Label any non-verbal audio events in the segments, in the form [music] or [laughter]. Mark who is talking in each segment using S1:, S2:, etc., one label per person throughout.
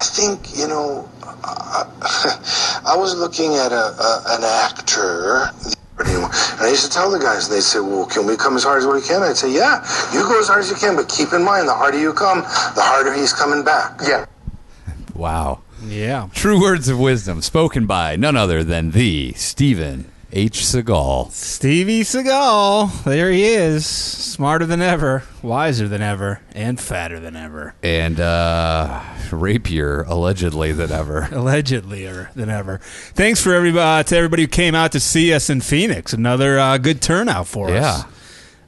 S1: think you know, I, I [laughs] was looking at a, a an actor. Anymore. And I used to tell the guys, and they say, "Well, can we come as hard as we can?" I'd say, "Yeah, you go as hard as you can, but keep in mind, the harder you come, the harder he's coming back."
S2: Yeah.
S3: Wow.
S4: Yeah.
S3: True words of wisdom spoken by none other than the Stephen H. Seagal.
S4: Stevie Seagal. There he is. Smarter than ever, wiser than ever, and fatter than ever.
S3: And uh, rapier, allegedly, than ever.
S4: Allegedly er, than ever. Thanks for everybody, uh, to everybody who came out to see us in Phoenix. Another uh, good turnout for
S3: Yeah.
S4: us.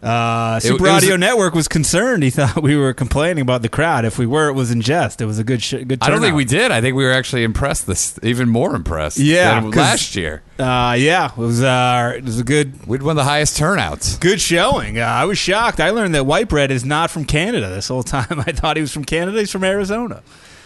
S4: Uh, Super
S3: it was-
S4: Audio Network was concerned. He [laughs] thought we were complaining about the crowd. If we were, it was in jest. It was a good, sh- good. Turnout.
S3: I don't think we did. I think we were actually impressed this, even more impressed
S4: Yeah,
S3: than
S4: 'cause-
S3: last year.
S4: Uh, yeah, it was. Uh, it was a good,
S3: We'd won the highest turnouts.
S4: good showing. Uh, I was shocked. I learned that white bread is not from Canada this whole [laughs] time. I thought he was from Canada. He's from Arizona.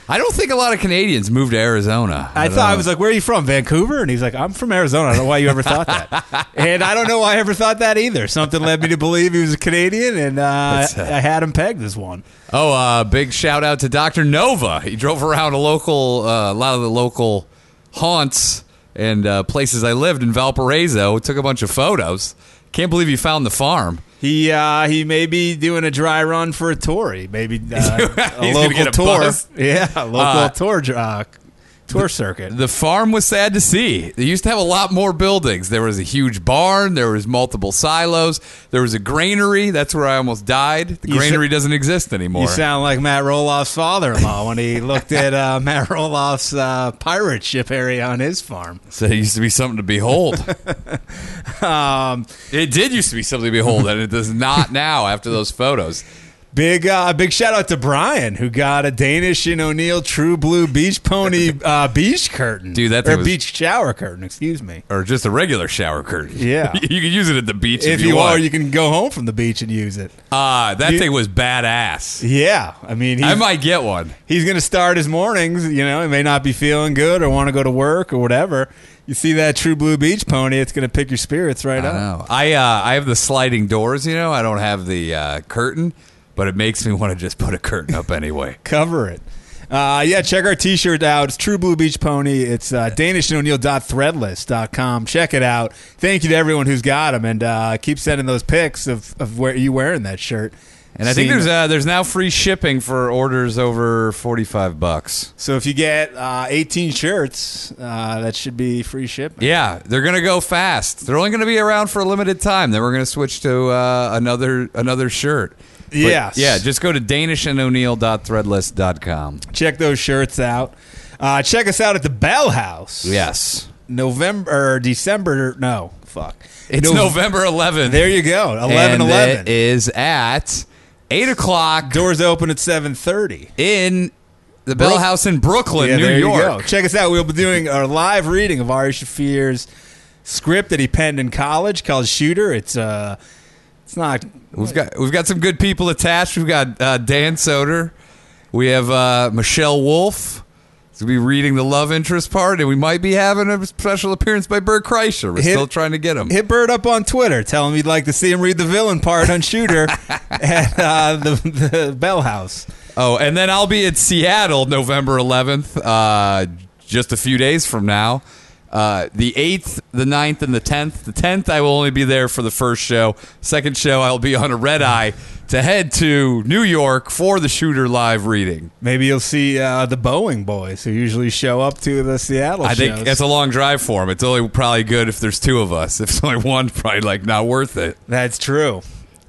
S3: I don't think a lot of Canadians moved to Arizona. Uh,
S4: I thought I was like, "Where are you from, Vancouver?" And he's like, "I'm from Arizona." I don't know why you ever
S3: [laughs]
S4: thought that, and I don't know why I ever thought that either. Something led me to believe he was a Canadian, and uh,
S3: That's, uh,
S4: I had him pegged as one.
S3: Oh, uh, big shout out to Doctor Nova. He drove around a local, uh, a lot of the local haunts and uh, places I lived in Valparaiso. Took a bunch of photos. Can't believe he found the farm.
S4: He uh, he may be doing a dry run for a Tory, maybe uh,
S3: [laughs]
S4: a
S3: He's gonna
S4: local
S3: get a
S4: tour.
S3: buzz.
S4: Yeah, a local
S3: Uh,
S4: tour uh, tour circuit.
S3: The farm was sad to see. They used to have a lot more buildings. There was a huge barn. There was multiple silos. There was a granary. That's where I almost died. The
S4: You sa-
S3: granary doesn't exist anymore.
S4: You sound like Matt Roloff's father-in-law when he looked at uh, Matt Roloff's uh, pirate ship area on his farm.
S3: so it used to be something to
S4: [laughs]
S3: behold.
S4: Um,
S3: it did used to be something to behold, and it does not now after those photos.
S4: Big uh, big shout out to Brian who got a Danish and O'Neill True Blue Beach
S3: [laughs]
S4: Pony uh, beach curtain,
S3: Dude, that thing
S4: or
S3: was-
S4: beach shower curtain. Excuse me.
S3: or just a regular shower curtain.
S4: Yeah.
S3: [laughs] you can use it at the beach
S4: If, you, are, you can go home from the beach and use it.
S3: Ah, that
S4: You-
S3: thing was badass.
S4: Yeah, I mean, he's,
S3: I might get one.
S4: he's going to start his mornings. You know, he may not be feeling good or want to go to work or whatever. You see that True Blue Beach Pony, it's going to pick your spirits right
S3: I
S4: up.
S3: know. I uh, I have the sliding doors. You know, I don't have the uh, curtain, but it makes me want to just put a curtain up anyway.
S4: cover it. Uh, yeah, check our t-shirt out. It's True Blue Beach Pony. It's uh, danishandoneill.threadless.com. Check it out. Thank you to everyone who's got them, and uh, keep sending those pics of, of where you wearing that shirt.
S3: And I think
S4: Seen-
S3: there's uh, there's now free shipping for orders over forty five bucks.
S4: so if you get uh, 18 shirts, uh, that should be free shipping.
S3: Yeah, they're gonna go fast. They're only gonna be around for a limited time. Then we're gonna switch to uh, another another shirt. But,
S4: Yes.
S3: yeah. Just go to danishandoneal.threadless.com.
S4: Check those shirts out. Uh, check us out at the Bell House.
S3: Yes.
S4: November or December? No, fuck.
S3: It's
S4: Nov-
S3: November 11th.
S4: There you go. 11
S3: and
S4: 11.
S3: It is at 8 o'clock
S4: Doors open at 7:30.
S3: in the Bell
S4: Brook-
S3: House in Brooklyn,
S4: Yeah,
S3: New
S4: there
S3: York.
S4: You go. Check us out. We'll be doing a live reading of Ari Shafir's script that he penned in college called Shooter. It's uh it's not
S3: We've got we've got some good people attached. We've got uh, Dan Soder. We have uh, Michelle Wolf. We'll be reading the love interest part, and we might be having a special appearance by Bert Kreischer. We're
S4: Hit-
S3: still trying to get him.
S4: hit Bird up on Twitter. Tell him you'd like to see him read the villain part
S3: [laughs]
S4: on Shooter at uh, the, the Bell House.
S3: Oh, and then I'll be in Seattle November 11th, uh, just a few days from now. Uh, the 8th, the 9th, and the 10th. The 10th, I will only be there for the first show. Second show, I'll be on a red eye to head to New York for the Shooter Live reading.
S4: Maybe you'll see uh, the Boeing boys who usually show up to the Seattle
S3: I think
S4: shows.
S3: that's a long drive for him. It's only probably good if there's two of us. If it's only one, probably like not worth it.
S4: That's true.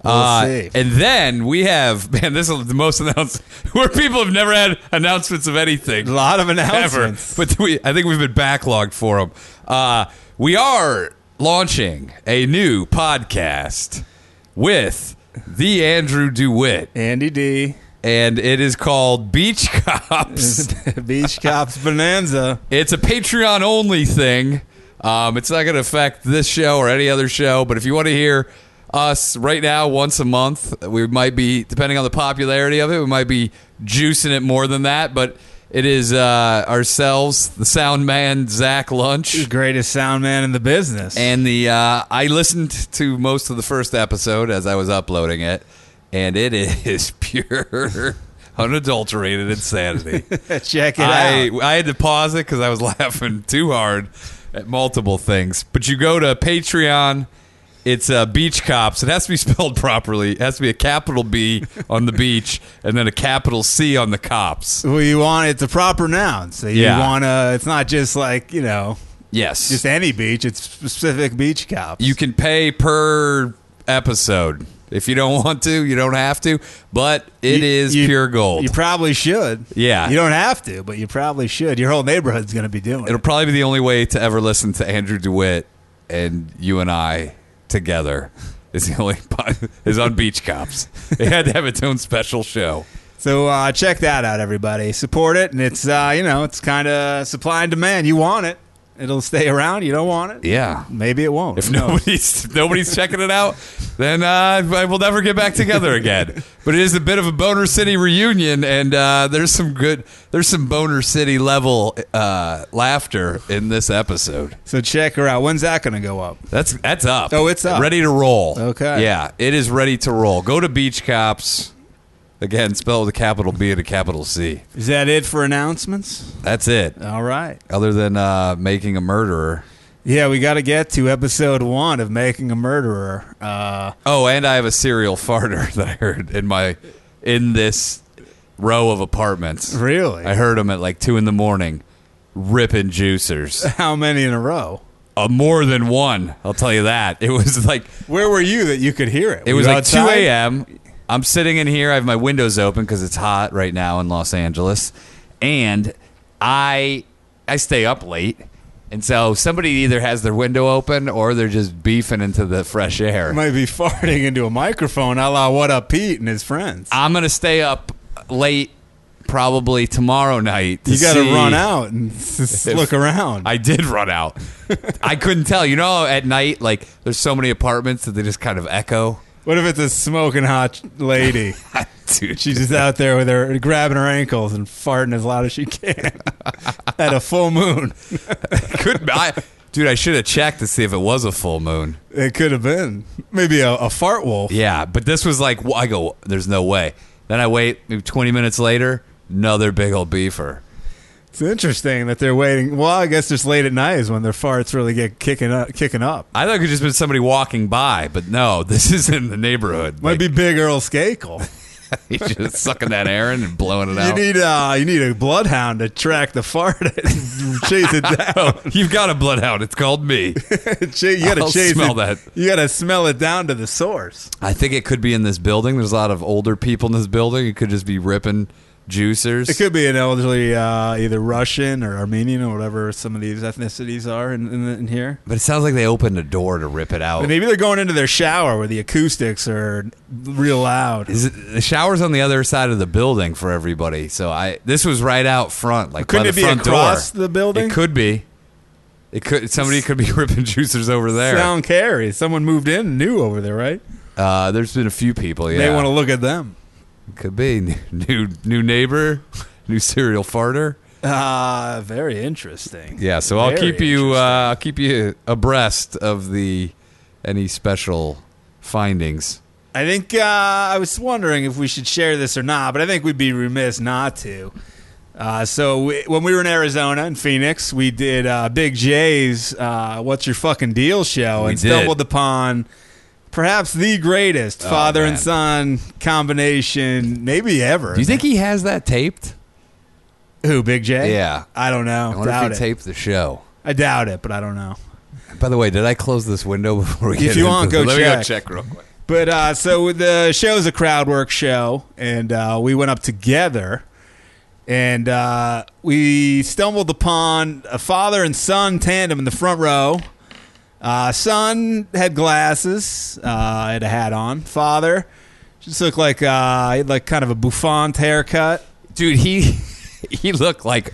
S4: We'll
S3: Uh,
S4: see.
S3: And then we have, [laughs] man, this is the most announced [laughs] where people have never had announcements of anything.
S4: a lot of
S3: ever.
S4: announcements.
S3: But we, I think we've been backlogged for them. Uh, we are launching a new podcast with the Andrew DeWitt, [laughs]
S4: Andy D.
S3: and it is called Beach
S4: [laughs]
S3: Cops.
S4: Beach Cops Bonanza.
S3: it's a Patreon only thing. Um, it's not going to affect this show or any other show, but if you want to hear us right now once a month, we might be, depending on the popularity of it, we might be juicing it more than that, but. It is uh, ourselves, the sound man, Zach Lunch.
S4: Greatest sound man in the business.
S3: And the uh, I listened to most [laughs] of the first episode as I was uploading it, and it is pure unadulterated insanity. [laughs]
S4: Check it
S3: I,
S4: out.
S3: I had to pause it because I was [laughs] laughing too hard at multiple things. But you go to Patreon. It's uh, Beach Cops. It has to be [laughs] spelled properly. It has to be a capital B on the beach and then a capital C on the cops.
S4: Well, you want it's a proper noun, so you
S3: Yeah.
S4: want to. It's not just like you know,
S3: Yes.
S4: just any beach. It's specific beach cops.
S3: You can pay per episode. If you don't [laughs] want to, you don't have to. But it
S4: You-
S3: is
S4: you-
S3: pure gold.
S4: You probably should.
S3: Yeah.
S4: you don't have to, but you probably should. Your whole neighborhood's going to be doing
S3: It'll
S4: it.
S3: probably be the only way to ever listen to Andrew DeWitt and you and I together. [laughs] Is the only pod- is on Beach Cops. They had to have its own special show.
S4: So uh, check that out, everybody. Support it, and it's uh, you know, it's kind of supply and demand. You want it, it'll stay around. You don't want it,
S3: Yeah.
S4: maybe it won't.
S3: If
S4: Who knows?
S3: nobody's [laughs] nobody's checking it out, then uh, we'll never get back together again. But it is a bit of a Boner City reunion, and uh, there's some good, there's some Boner City level uh, laughter in this episode.
S4: so check her out. When's that going to go up?
S3: That's that's up.
S4: Oh, it's up.
S3: Ready to roll.
S4: Okay.
S3: Yeah, it is ready to roll. Go to Beach Cops. Again, spelled with a capital B and a capital C.
S4: Is that it for announcements?
S3: That's it.
S4: All right.
S3: Other than uh, making a murderer.
S4: Yeah, we got to get to episode one of Making a Murderer. Uh,
S3: Oh, and I have a serial [laughs] farter that I heard in my in this row of apartments.
S4: Really?
S3: I heard him at like two in the morning, ripping juicers. [laughs]
S4: how many in a row?
S3: uh, more than one, I'll tell you that. It was like
S4: Where were you that you could hear it?
S3: It
S4: Were
S3: was
S4: you
S3: like
S4: outside?
S3: 2 a.m. I'm sitting in here. I have my windows open because it's hot right now in Los Angeles, and I I stay up late, and so somebody either has their window open or they're just beefing into the fresh air.
S4: Might be [laughs] farting into a microphone, a la What Up Pete and his friends.
S3: I'm gonna stay up late probably tomorrow night. To
S4: you got to
S3: see-
S4: run out and s-
S3: If-
S4: look around.
S3: I did run
S4: [laughs]
S3: out. I couldn't tell. You know, at night, like there's so many apartments that they just kind of echo. [laughs]
S4: what if it's a smoking hot lady?
S3: Dude,
S4: She's just out there with her grabbing her ankles and farting as loud as she can [laughs] at a full moon.
S3: could I, dude, I should have checked to see if it was a full moon.
S4: It could have been maybe a, a fart wolf.
S3: Yeah, but this was like wh- I go, there's no way. Then I wait maybe 20 minutes later, another big old beefer.
S4: It's interesting that they're waiting. Well, I guess just late at night is when their farts really get kicking up. Kicking up.
S3: I thought it could just been somebody walking by, but no, [laughs] this is in the neighborhood.
S4: Might be Big Earl [laughs] Skakel.
S3: be [laughs] he's just sucking that errand and blowing it
S4: You
S3: out.
S4: need uh, you need a bloodhound to track the fart, and [laughs] chase it down.
S3: You've got a bloodhound. It's called
S4: [laughs]
S3: me.
S4: Cha- you gotta
S3: I'll
S4: [laughs] chase
S3: smell
S4: it.
S3: that.
S4: You gotta smell it down to the source.
S3: I think it could be in this building. There's a lot of older people in this building. It could just be ripping juicers.
S4: It could be an elderly, uh, either Russian or Armenian or whatever some of these ethnicities are in, in, in here.
S3: but it sounds like they opened a door to rip it out.
S4: Maybe they're going into their shower where the acoustics are real loud.
S3: Is it, the shower's on the other side of the building for everybody. So I this was right out front, like
S4: Couldn't
S3: by the
S4: it be
S3: front
S4: across
S3: door.
S4: the building?
S3: It could be. It could somebody could be [laughs] ripping juicers over there.
S4: Sound carries. Someone moved in new over there, right?
S3: uh, there's been a few people. Yeah,
S4: They want to look at them.
S3: could be [laughs] new new neighbor, [laughs] new serial farter.
S4: Ah, very interesting.
S3: Yeah, so I'll
S4: Very
S3: keep you. Uh,
S4: interesting.
S3: I'll keep you abreast of the any special findings.
S4: I think uh, I was wondering if we should share this or not, but I think we'd be remiss not to. Uh, so we, when we were in Arizona and Phoenix, we did uh, Big J's uh, "What's Your Fucking Deal" show
S3: We
S4: and
S3: did. Oh,
S4: stumbled upon perhaps the greatest father
S3: man.
S4: and son combination maybe ever.
S3: Do you think he has that taped?
S4: who Big J?
S3: Yeah.
S4: I don't know.
S3: I wonder
S4: doubt
S3: if
S4: it.
S3: he taped the show.
S4: I doubt it, but I don't know.
S3: By the way, did I close this window [laughs] before we
S4: If
S3: get
S4: you
S3: into
S4: want, go
S3: this? Let me go
S4: check.
S3: check real quick.
S4: But uh, so the show's a crowd work show, and uh, we went up together, and uh, we stumbled upon a father and son tandem in the front row. Uh, son had glasses, uh, had a hat on. Father just looked like uh, he had like kind of a bouffant haircut.
S3: Dude, he [laughs] he looked like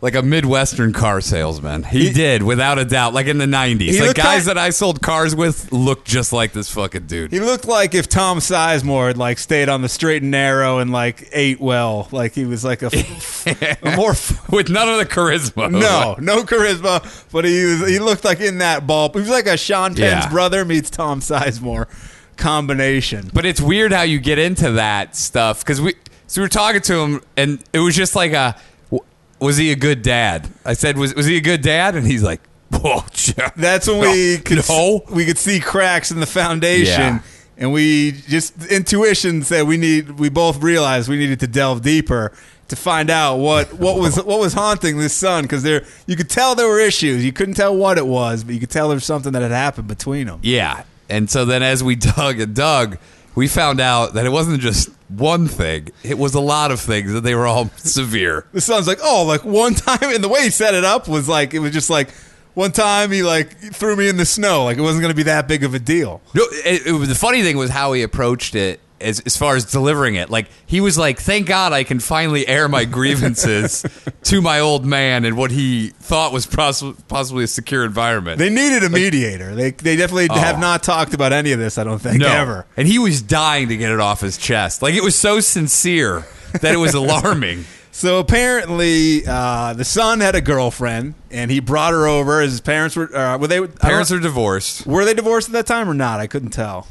S3: like a Midwestern car salesman. He, did, without a doubt, like in the 90s.
S4: He
S3: Like
S4: looked
S3: guys
S4: like-
S3: that I sold cars with looked just like this fucking dude.
S4: He looked like if Tom Sizemore had like stayed on the straight and narrow and like ate well, like he was like a, f- a more f-
S3: with none of the charisma.
S4: No, no [laughs] charisma, but he was, he looked like in that ball. He was like a Sean Penn's
S3: Yeah.
S4: brother meets Tom Sizemore combination.
S3: But it's weird how you get into that stuff cuz we So we were talking to him, and it was just like a, w- was he a good dad? I said, was was he a good dad? And he's like, oh, Jeff,
S4: That's
S3: [laughs]
S4: when
S3: no,
S4: we could
S3: no.
S4: we could see cracks in the foundation,
S3: Yeah.
S4: and we just intuition said we need. We both realized we needed to delve deeper to find out what what was
S3: [laughs]
S4: what was haunting this son because there you could tell there were issues. You couldn't tell what it was, but you could tell there was something that had happened between them.
S3: Yeah. And so then as we [laughs] dug and dug, we found out that it wasn't just one thing. It was a lot of things that they were all [laughs] severe.
S4: The son's like, oh, like one time, and the way he set it up was like it was just like one time he like threw me in the snow, like it wasn't going to be that big of a deal.
S3: No, it, it was, the funny thing was how he approached it as, as far as delivering it. Like, he was like, thank God I can finally air my grievances to my old man in what he thought was poss- possibly a secure environment.
S4: They needed a mediator. They they definitely have not talked about any of this. I don't think
S3: Oh. No.
S4: ever.
S3: And he was dying to get it off his chest. Like, it was so sincere that it was alarming.
S4: So apparently, uh, the son had a girlfriend, and he brought her over. His parents were uh, were they
S3: Parents are divorced.
S4: were they divorced at that time or not? I couldn't tell.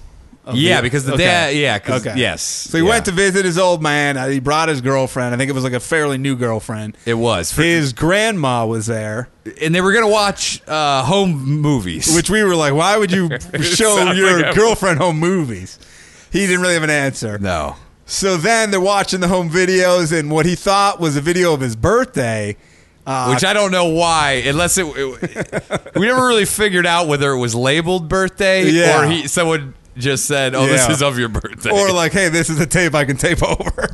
S4: Of
S3: Yeah, because the dad- yeah, 'cause- yes,
S4: So he
S3: yeah.
S4: went to visit his old man. Uh, He brought his girlfriend. I think it was like a fairly new girlfriend.
S3: It was. For-
S4: His grandma was there,
S3: and they were gonna watch uh, home movies.
S4: which we were like, "Why would
S3: [laughs]
S4: you show
S3: Sounds
S4: your
S3: like a-
S4: girlfriend home movies?" He didn't really have an answer.
S3: no,
S4: So then they're watching the home videos, and what he thought was a video of his birthday. Uh,
S3: which I don't know why, unless it,
S4: [laughs]
S3: it- we never really figured out whether it was labeled birthday
S4: Yeah.
S3: or he someone just said, "Oh, this
S4: Yeah.
S3: is of your birthday." [laughs]
S4: or like, hey, this is a tape I can tape over.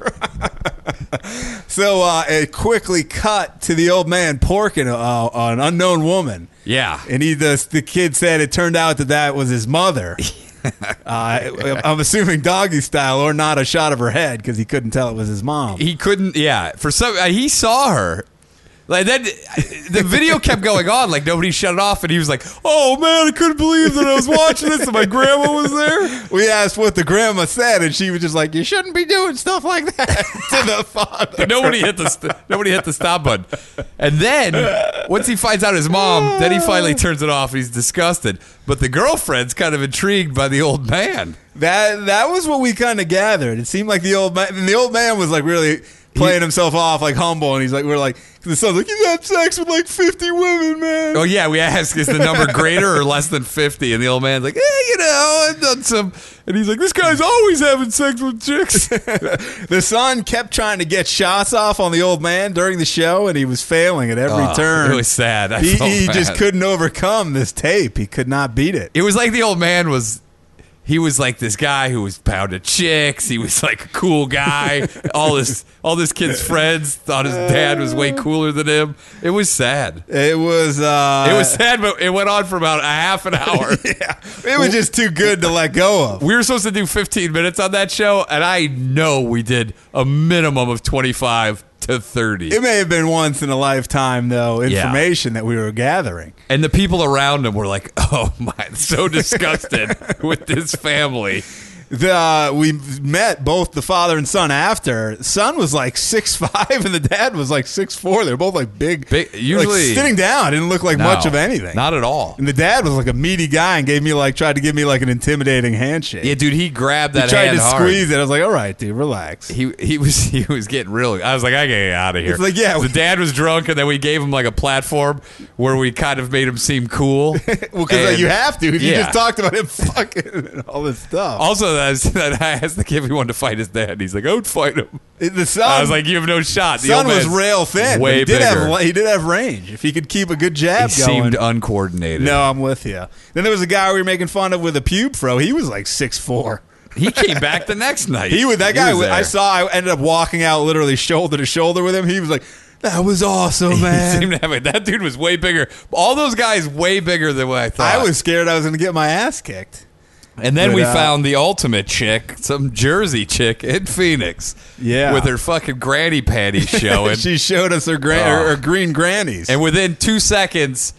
S4: [laughs] so uh, it quickly cut to the old man porking uh, an unknown woman,
S3: yeah,
S4: and he the, the kid said it turned out that that was his mother. Uh, I'm assuming doggy style, or not a shot of her head because he couldn't tell it was his mom.
S3: he couldn't. Yeah, for some, uh, he saw her. Like then, the video kept going on. Like nobody shut it off, and he was like, "Oh man, I couldn't believe that I was watching this, and my grandma was there."
S4: We asked what the grandma said, and she was just like, "You shouldn't be doing stuff like that [laughs] to the father."
S3: But nobody hit the st- nobody hit the stop button. And then once he finds out his mom, then he finally turns it off. He's disgusted, but the girlfriend's kind of intrigued by the old man.
S4: That that was what we kind of gathered. It seemed like the old man, and the old man was like really playing himself off, like humble, and he's like, we're like, the son's like, he's had sex with like fifty women, man.
S3: Oh yeah, we ask is the number greater or less than fifty, and the old man's like, eh, you know, I've done some, and he's like, this guy's always having sex with
S4: [laughs]
S3: chicks.
S4: The son kept trying to get shots off on the old man during the show, and he was failing at every
S3: [laughs] Oh,
S4: turn.
S3: It was sad. I
S4: he
S3: felt
S4: he just
S3: bad.
S4: couldn't overcome this tape. He could not beat it.
S3: It was like the old man was. He was like this guy who was pound of chicks. He was like a cool [laughs] guy. all this, all this kid's friends thought his dad was way cooler than him. It was sad.
S4: It was uh,
S3: It was sad, but it went on for about a half an [laughs] hour.
S4: it was just too good to let go of.
S3: We were supposed to do 15 minutes on that show, and I know we did a minimum of 25 to 30.
S4: It may have been once in a lifetime though information that we were gathering.
S3: and the people around him were like, [laughs] "Oh my, [laughs] so disgusted with this family."
S4: The, uh, we met both the father and son after. Son was like six five, [laughs] and the dad was like six four. They're both like big.
S3: Big-
S4: like,
S3: usually-
S4: sitting down didn't look like much
S3: No,
S4: of anything.
S3: Not at all.
S4: and the dad was like a meaty guy and gave me like tried to give me like an intimidating handshake.
S3: Yeah, dude, he grabbed
S4: he
S3: that
S4: tried
S3: hand
S4: to
S3: hard.
S4: squeeze it. I was like, all right, dude, relax.
S3: he he was [laughs] he was getting real. I was like, I gotta get out of here.
S4: It's like, yeah,
S3: the
S4: we-
S3: dad was drunk, and then we gave him like a platform where we kind of made him seem cool.
S4: [laughs] well, because
S3: And-
S4: you have to. If You
S3: yeah. Oh,
S4: just talked about him [laughs] fucking and all this stuff.
S3: Also, that was- [laughs] that I asked the kid if he wanted to fight his dad. He's like, I would fight him.
S4: the son,
S3: I was like, you have no shot. The
S4: Um, son
S3: old
S4: was
S3: man's
S4: rail thin. but
S3: way
S4: he did
S3: bigger.
S4: have li- he did have range. If he could keep a good
S3: He
S4: jab going,
S3: seemed uncoordinated.
S4: No, I'm with you. Then there was a guy we were making fun of with a pube fro. He was like six four.
S3: he came back the
S4: [laughs]
S3: next night.
S4: He was that guy.
S3: was
S4: was- I
S3: there. [laughs]
S4: saw. I ended up walking out literally shoulder to shoulder with him. He was like, "That was awesome,
S3: [laughs] He
S4: man."
S3: seemed to have it. That dude was way bigger. All those guys way bigger than what I thought.
S4: I was scared I was going to get my ass kicked.
S3: and then
S4: But,
S3: we
S4: uh,
S3: found the ultimate chick, some Jersey chick in Phoenix.
S4: Yeah.
S3: with her fucking granny
S4: [laughs]
S3: panties showing.
S4: she showed us her, gran-
S3: Oh.
S4: her, her green grannies.
S3: And within two seconds,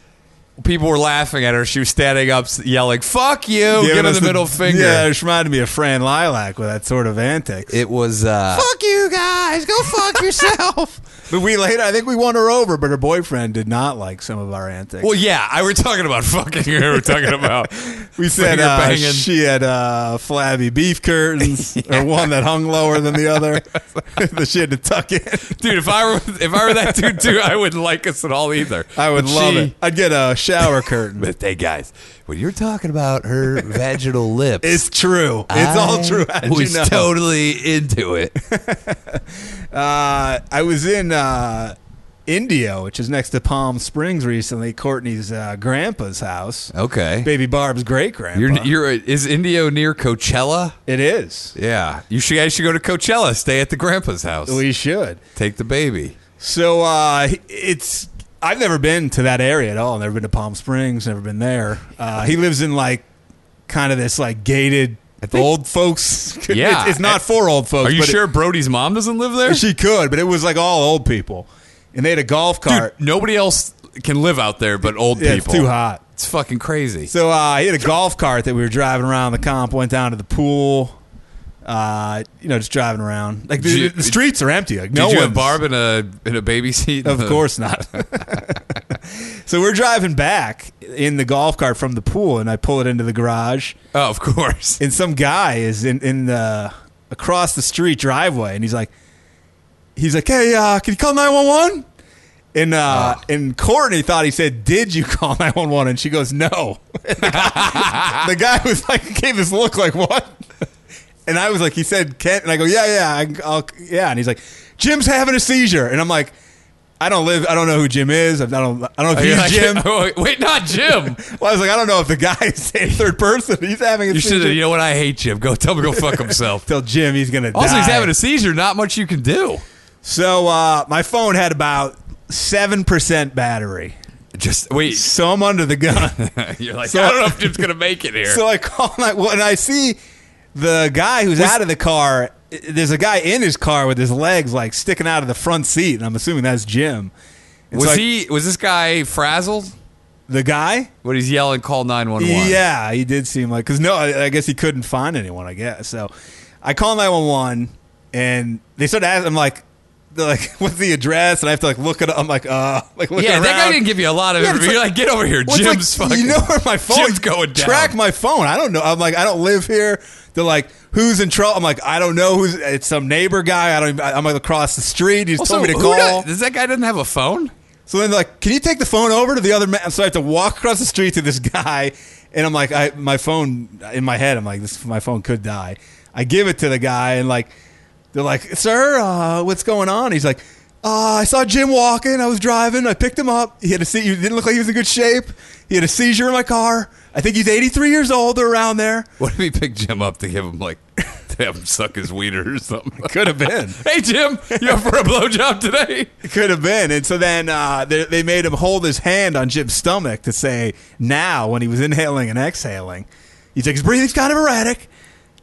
S3: people were laughing at her. She was standing up, yelling, "Fuck you!"
S4: Giving
S3: Giving
S4: us
S3: the middle finger.
S4: Yeah, it reminded me of Fran Lilac with that sort of antics.
S3: It was. Uh,
S4: fuck you guys,
S3: [laughs]
S4: go fuck yourself. but we later, I think we won her over, but her boyfriend did not like some of our antics.
S3: well, yeah, I were talking about [laughs] fucking her. We're talking about
S4: we said
S3: finger
S4: uh,
S3: banging.
S4: she had uh, flabby
S3: [laughs]
S4: beef curtains, or one that hung lower than the other [laughs] that she had to tuck in.
S3: dude. If I were if I were that dude too, I wouldn't like us at all either.
S4: I would
S3: But
S4: love
S3: she-
S4: it. I'd get a shower curtain.
S3: But hey, guys, when you're talking about her
S4: [laughs]
S3: vaginal lips,
S4: It's true. It's all true. How
S3: I
S4: did you
S3: was
S4: know?
S3: totally into it.
S4: Uh, I was in uh, Indio, which is next to Palm Springs, recently. Courtney's uh, grandpa's house, [laughs]
S3: Okay.
S4: baby Barb's great grandpa.
S3: You're, you're is Indio near Coachella?
S4: It is.
S3: Yeah, you should guys should go to Coachella. Stay at the grandpa's house.
S4: We should.
S3: Take the baby.
S4: So uh, it's. I've never been to that area at all. Never been to Palm Springs. Never been there. Uh, he lives in like kind of this like gated
S3: think-
S4: old folks. [laughs]
S3: Yeah.
S4: It's- it's not for old folks.
S3: Are you
S4: Oh, but it-
S3: sure Brody's mom doesn't live there?
S4: she could, but it was like all old people, and they had a golf
S3: Dude,
S4: cart.
S3: nobody else can live out there but old
S4: yeah,
S3: people.
S4: it's too hot.
S3: It's fucking crazy.
S4: So uh, he had a golf cart that we were driving around the comp, went down to the pool, uh, you know, just driving around. Like the,
S3: Did you-
S4: the streets are empty. Like, no
S3: Did you
S4: one's-
S3: have Barb in a in a baby seat? [laughs]
S4: Of course not. [laughs] so we're driving back in the golf cart from the pool, and I pull it into the garage,
S3: Oh, of course.
S4: and some guy is in, in the across the street driveway, and he's like, he's like, hey, uh, can you call nine one one? And
S3: Ah.
S4: uh, and Courtney thought he said, "Did you call nine one one? And she goes, "No." [laughs] And the, guy, the guy was like, gave this look like what? And I was like, he said, "Kent," and I go, "Yeah, yeah, I, I'll, yeah." And he's like, "Jim's having a seizure," and I'm like, "I don't live. I don't know who Jim is. I don't. I don't know
S3: [laughs]
S4: if
S3: You're
S4: he's
S3: like,
S4: Jim."
S3: oh, [laughs] wait, not
S4: [laughs]
S3: Jim.
S4: Well, I was like, "I don't know if the guy is [laughs] in third person. He's having a
S3: You should.
S4: seizure."
S3: have You know what? I hate Jim. Go tell him to go fuck
S4: [laughs]
S3: himself.
S4: Tell Jim he's gonna
S3: Also,
S4: die.
S3: he's having a seizure. Not much you can do.
S4: so uh, my phone had about seven percent battery,
S3: Just wait.
S4: so I'm under
S3: [laughs]
S4: the gun.
S3: You're like,
S4: So-
S3: I don't know if Jim's gonna make it here.
S4: [laughs] So I call my well, and I see the guy who's out of the car. i- There's a guy in his car with his legs like sticking out of the front seat, and I'm assuming that's Jim. And so
S3: was
S4: I-
S3: he? Was this guy frazzled?
S4: the guy?
S3: When he's yelling, call nine one one.
S4: Yeah, he did seem like because no, I, I guess he couldn't find anyone. I guess so. I call nine one one, and they started asking. I'm like, they're like, [laughs] what's the address? And I have to like look it up. I'm like, uh, like look
S3: Yeah,
S4: around.
S3: that guy didn't give you a lot of.
S4: Yeah, it's
S3: information. You're
S4: like-
S3: like, get over here,
S4: Well, it's
S3: Jim's
S4: like,
S3: fucking.
S4: You know where my phone
S3: Jim's going down.
S4: Track my phone. I don't know. I'm like, I don't live here. They're like, who's in trouble? I'm like, I don't know who's. It's some neighbor guy. I don't. even- I'm like across the street. He's told me to
S3: who
S4: call.
S3: does- does that guy doesn't have a phone?
S4: so then they're like, can you take the phone over to the other man? So I have to walk across the street to this guy, and I'm like, I my phone in my head. I'm like, this my phone could die. I give it to the guy, and like, they're like, sir, uh, what's going on? He's like. Uh, I saw Jim walking. I was driving. I picked him up. He had a se- he didn't look like he was in good shape. He had a seizure in my car. I think he's 83 years old or around there.
S3: What if he picked Jim up to give him like [laughs] to have him suck his wiener or something?
S4: Could have been.
S3: [laughs] hey Jim, you up for a blowjob today?
S4: Could have been. And so then uh, they, they made him hold his hand on Jim's stomach to say now when he was inhaling and exhaling. He's like, his breathing's kind of erratic.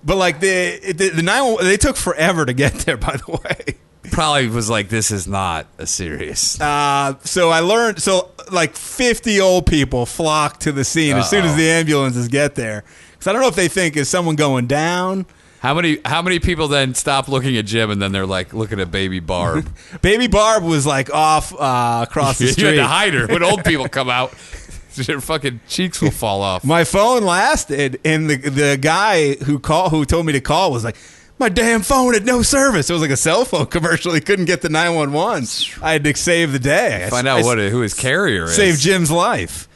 S4: But like the it- the, the nine they took forever to get [laughs] there. By the way,
S3: Probably was like, this is not a serious.
S4: uh, so I learned so like fifty old people flock to the scene as soon as
S3: Uh-oh.
S4: the ambulances get there. Because I don't know if they think is someone going down.
S3: How many? How many people then stop looking at Jim and then they're like looking at baby Barb?
S4: Baby Barb was like off uh, across [laughs]
S3: [laughs]
S4: the
S3: you had
S4: street.
S3: to hide her when old people come out. [laughs] Their fucking cheeks will fall off.
S4: My phone lasted, and the the guy who call who told me to call was like, "My damn phone had no service." It was like a cell phone [laughs] commercial. He couldn't get the nine one one. I had to save the day. I-
S3: Find out
S4: I
S3: what who his carrier is.
S4: saved Jim's life.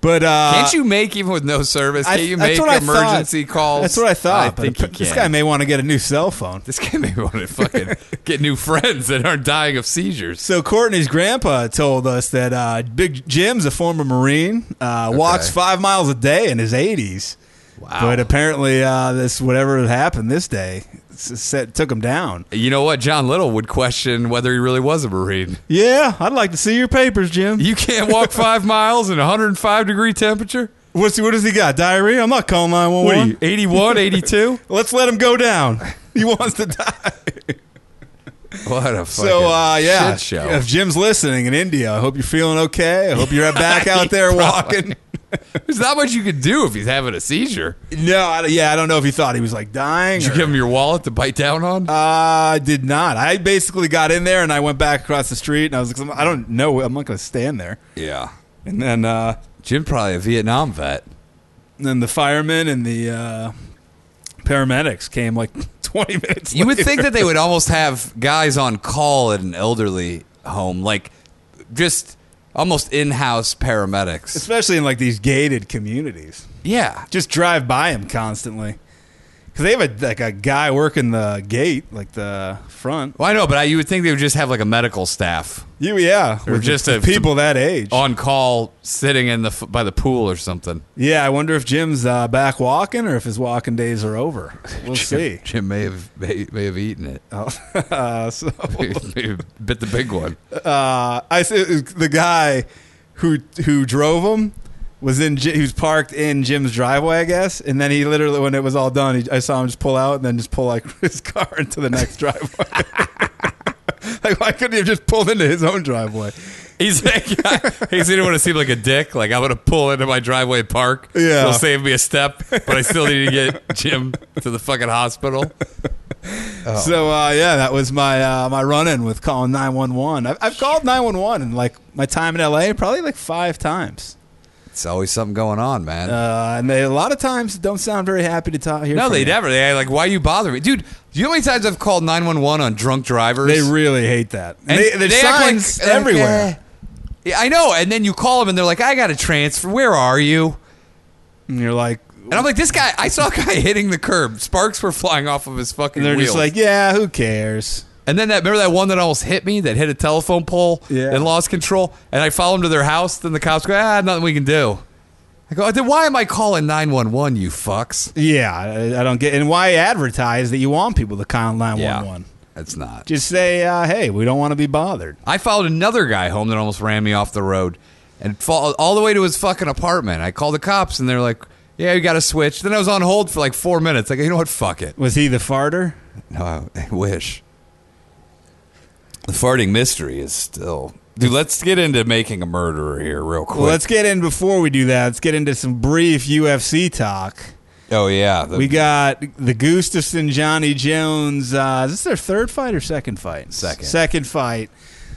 S4: But uh,
S3: Can't you make even with no service?
S4: I-
S3: Can't you
S4: that's
S3: make
S4: what I
S3: emergency
S4: thought.
S3: calls?
S4: That's what I thought.
S3: I
S4: but
S3: think
S4: ap-
S3: you
S4: this
S3: can.
S4: guy may want to get a new cell phone.
S3: this guy may want to fucking get new friends that aren't dying of seizures.
S4: So Courtney's grandpa told us that uh, Big Jim's a former Marine, uh, walks
S3: Okay.
S4: five miles a day in his eighties.
S3: Wow.
S4: But apparently, uh, this whatever happened this day s- set, took him down.
S3: you know what? John Little would question whether he really was a Marine.
S4: Yeah, I'd like to see your papers, Jim.
S3: You can't
S4: [laughs]
S3: walk five miles in 105 degree temperature?
S4: What's what does he got? Diarrhea? I'm not calling nine one
S3: What are
S4: one.
S3: you, 81, 82?
S4: [laughs] Let's let him go down. He wants to die.
S3: What a fucking
S4: So uh, yeah,
S3: shit show.
S4: if Jim's listening in India, I hope you're feeling okay. I hope you're back [laughs] out there walking.
S3: [laughs] There's not much you could do if he's having a seizure.
S4: No, I, yeah, I don't know if he thought he was like dying.
S3: Did you
S4: or-
S3: give him your wallet to bite down on?
S4: Uh, I did not. I basically got in there and I went back across the street and I was like, I don't know. I'm not going to stand there.
S3: yeah.
S4: And then, uh,
S3: Jim probably a Vietnam vet.
S4: and then the firemen and the uh, paramedics came like [laughs] 20 minutes.
S3: You would
S4: later.
S3: think that they would almost have guys on call at an elderly home, like just almost in-house paramedics.
S4: [laughs] especially in like these gated communities,
S3: Yeah.
S4: just drive by them constantly because they have a like a guy working the gate, like the front.
S3: Well, I know, but I, you would think they would just have like a medical staff
S4: You, yeah,
S3: Or
S4: with
S3: just
S4: the
S3: a-
S4: people that age.
S3: on call, sitting in the f- by the pool or something.
S4: Yeah, I wonder if Jim's uh, back walking or if his walking days
S3: [laughs]
S4: are over. We'll see.
S3: Jim may have may, may have eaten it.
S4: [laughs] Uh, so
S3: [laughs] May have Bit the big one.
S4: uh, I said the guy who who drove him was in Ji- he was parked in Jim's driveway, I guess. And then he literally, when it was all done, he, I saw him just pull out and then just pull like [laughs] his car into the next driveway. [laughs] like why couldn't he have just pulled into his own driveway?
S3: He's like, [laughs] he's didn't want to seem like a dick. Like I'm gonna pull into my driveway and park.
S4: Yeah.
S3: it'll save me a step, but I still need to get Jim to the fucking hospital.
S4: So uh, yeah, that was my uh, my run in with calling nine one one. I've called nine one one in like my time in L.A. probably like five times.
S3: It's always something going on, man.
S4: Uh, and they a lot of times don't sound very happy to talk here.
S3: no, they never. They like, why you bother me, dude? Do you know how many times I've called nine one one on drunk drivers?
S4: They really hate that.
S3: And
S4: they, there's
S3: act like-
S4: signs
S3: like,
S4: everywhere.
S3: eh. Yeah, I know. And then you call them and they're like, I got a transfer. Where are you?
S4: and you're like,
S3: And I'm like, this guy, I saw a guy [laughs] hitting the curb. Sparks were flying off of his fucking
S4: and they're just
S3: wheels.
S4: like, yeah, who cares?
S3: and then that, remember that one that almost hit me, that hit a telephone pole
S4: Yeah.
S3: and lost control? And I follow him to their house. Then the cops go, ah, nothing we can do. I go, then why am I calling 911, you fucks?
S4: Yeah, I, I don't get. And why advertise that you want people to call nine one one?
S3: That's not.
S4: Just say, uh, hey, we don't want to be bothered.
S3: I followed another guy home that almost ran me off the road and fall all the way to his fucking apartment. I called the cops and they're like, "Yeah, you got to switch." Then I was on hold for like four minutes. Like, you know what? Fuck it. [laughs]
S4: Was he the farter?
S3: No, I wish. The farting mystery is still. Dude, let's get into making a murderer here real quick.
S4: Well, let's get in before we do that. Let's get into some brief UFC talk.
S3: oh yeah, the
S4: We got the Gustafson Johnny Jones. Uh, is this their third fight or second fight?
S3: Second.
S4: Second fight.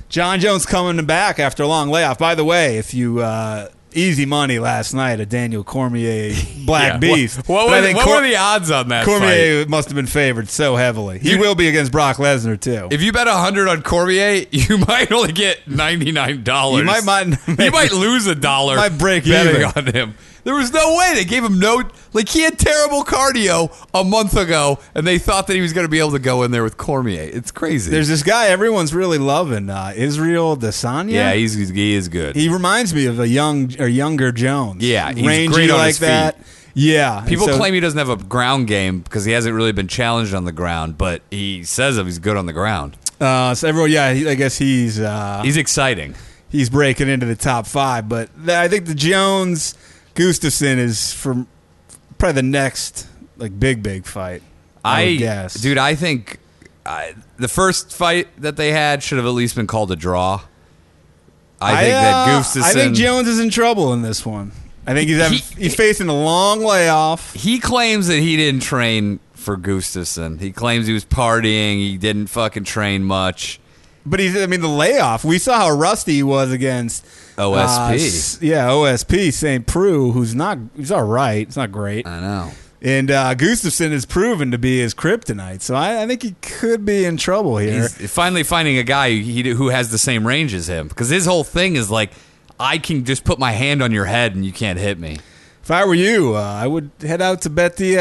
S4: John Jones coming back after a long layoff. By the way, if you uh, easy money last night, a
S3: [laughs]
S4: Daniel Cormier Black
S3: Yeah,
S4: Beast.
S3: What,
S4: But I
S3: what, were,
S4: think
S3: what
S4: Cor-
S3: were the odds on that? fight?
S4: Cormier must have been favored so heavily. He
S3: You-
S4: will be against Brock Lesnar too.
S3: If you bet hundred on Cormier, [laughs] you might only get ninety nine dollars.
S4: You might-
S3: [laughs]
S4: might-
S3: you might lose a dollar.
S4: Might break
S3: betting
S4: even.
S3: on him. There was no way they gave him no like he had terrible cardio a month ago, and they thought that he was going to be able to go in there with Cormier. It's crazy.
S4: There's this guy everyone's really loving, uh, Israel Desanya.
S3: yeah, he's, he's he is good.
S4: he reminds me of a young or younger Jones.
S3: Yeah, he's
S4: rangy
S3: great on
S4: like
S3: his feet.
S4: that. Yeah, and
S3: People
S4: so-
S3: claim he doesn't have a ground game because he hasn't really been challenged on the ground, but he says that he's good on the ground.
S4: Uh, so everyone, yeah, he, I guess he's uh,
S3: He's exciting.
S4: he's breaking into the top five, but th- I think the Jones Gustafson is from probably the next like big big fight. I, would guess,
S3: dude, I think I, the first fight that they had should have at least been called a draw. I, think that
S4: uh,
S3: Gustafson.
S4: I think Jones is in trouble in this one. I think he's having,
S3: He-
S4: he's facing a long layoff.
S3: He claims that he didn't train for Gustafson. He claims he was partying. He didn't fucking train much.
S4: But he's, I mean, the layoff. We saw how rusty he was against
S3: OSP.
S4: uh, s- yeah, OSP St. Prue, who's not, he's all right. It's not great.
S3: I know.
S4: And uh, Gustafson is proven to be his kryptonite, so I, I think he could be in trouble here.
S3: He's finally finding a guy he, who has the same range as him because his whole thing is like, I can just put my hand on your head and you can't hit me.
S4: if I were you, uh, I would head out to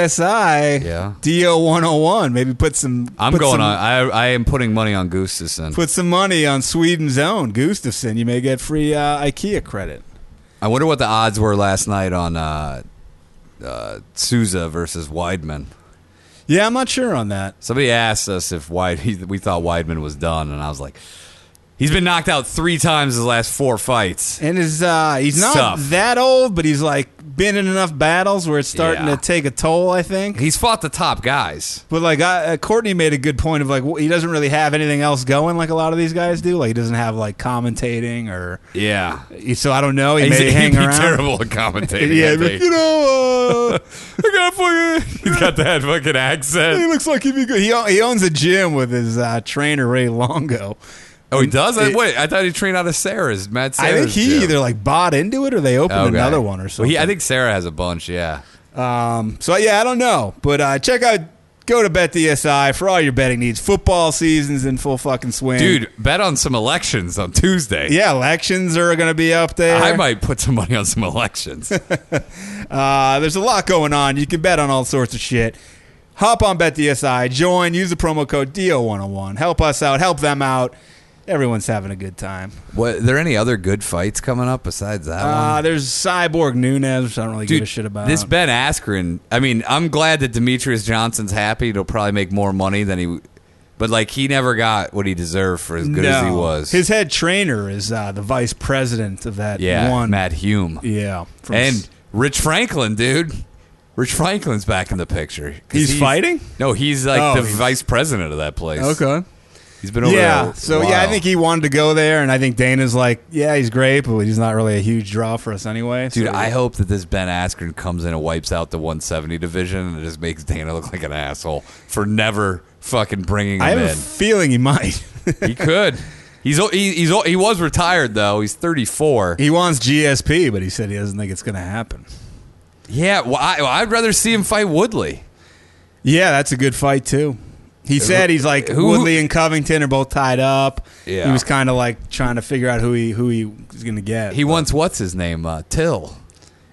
S4: BetDSI,
S3: Yeah.
S4: DO one hundred and one. Maybe put some.
S3: I'm
S4: put
S3: going
S4: some-
S3: on. I, I am putting money on Gustafson.
S4: Put some money on Sweden's own Gustafson. You may get free uh, IKEA credit.
S3: I wonder what the odds were last night on uh, uh, Souza versus Weidman.
S4: Yeah, I'm not sure on that.
S3: Somebody asked us if Weid, [laughs] he, we thought Weidman was done, and I was like, he's been knocked out three times his last four fights.
S4: And his uh, he's not
S3: Tough.
S4: that old, but he's like been in enough battles where it's starting
S3: Yeah.
S4: to take a toll. I think.
S3: He's fought the top guys.
S4: But like I, uh, Courtney made a good point of like wh- he doesn't really have anything else going like a lot of these guys do. Like he doesn't have like commentating or
S3: Yeah.
S4: so I don't know. He
S3: He's,
S4: may
S3: he'd
S4: hang
S3: be
S4: around.
S3: terrible at commentating.
S4: [laughs] Yeah,
S3: I
S4: but,
S3: think.
S4: you know, uh, [laughs]
S3: I got fucking. He's got that fucking
S4: he
S3: accent.
S4: looks like he'd be good. He, o- he owns a gym with his uh, trainer Ray Longo.
S3: Oh, he does. I,
S4: It-
S3: wait, I thought he trained out of Sarah's. Matt.
S4: I
S3: Sarah's
S4: think he
S3: gym.
S4: either like bought into it or they opened
S3: Okay.
S4: another one or
S3: Well,
S4: something.
S3: he- I think Sarah has a bunch. Yeah.
S4: Um, so yeah, I don't know, but uh, check out go to BetDSI for all your betting needs. Football season's in full fucking swing,
S3: Dude, bet on some elections on Tuesday.
S4: Yeah, elections are going to be up there.
S3: I might put some money on some elections.
S4: Uh, there's a lot going on. You can bet on all sorts of shit. Hop on BetDSI, join, use the promo code DO101. Help us out, help them out. Everyone's having a good time.
S3: [laughs] what, are there any other good fights coming up besides that one?
S4: Uh, there's Cyborg Nunes, which I don't really give a shit about.
S3: This Ben Askren. I mean, I'm glad that Demetrius Johnson's happy. He'll probably make more money than he. But like, he never got what he deserved for as good as he
S4: No.
S3: was.
S4: His head trainer is uh, the vice president of that
S3: yeah,
S4: one.
S3: Matt Hume
S4: Yeah. from
S3: and
S4: s-
S3: Rich Franklin, dude. Rich Franklin's back in the picture. 'Cause
S4: He's fighting?
S3: No, he's like
S4: Oh,
S3: the
S4: he's-
S3: vice president of that place.
S4: Okay.
S3: he's been over there.
S4: Yeah.
S3: a
S4: So yeah, I
S3: while.
S4: think he wanted to go there, and I think Dana's like, yeah, he's great, but he's not really a huge draw for us anyway.
S3: Dude,
S4: so,
S3: I hope that this Ben Askren comes in and wipes out the 170 division and just makes Dana look like an asshole for never fucking bringing
S4: I
S3: him
S4: have a
S3: in.
S4: feeling he might. [laughs]
S3: he could. He's o- he, he's o- he was retired though. He's 34.
S4: He wants GSP, but he said he doesn't think it's going to happen.
S3: Yeah, well, I, well, I'd rather see him fight Woodley.
S4: Yeah, that's a good fight too. He said he's like
S3: who-
S4: Woodley and Covington are both tied up.
S3: Yeah.
S4: he was kind of like trying to figure out who he who he was going to get.
S3: He wants what's his name uh, Till.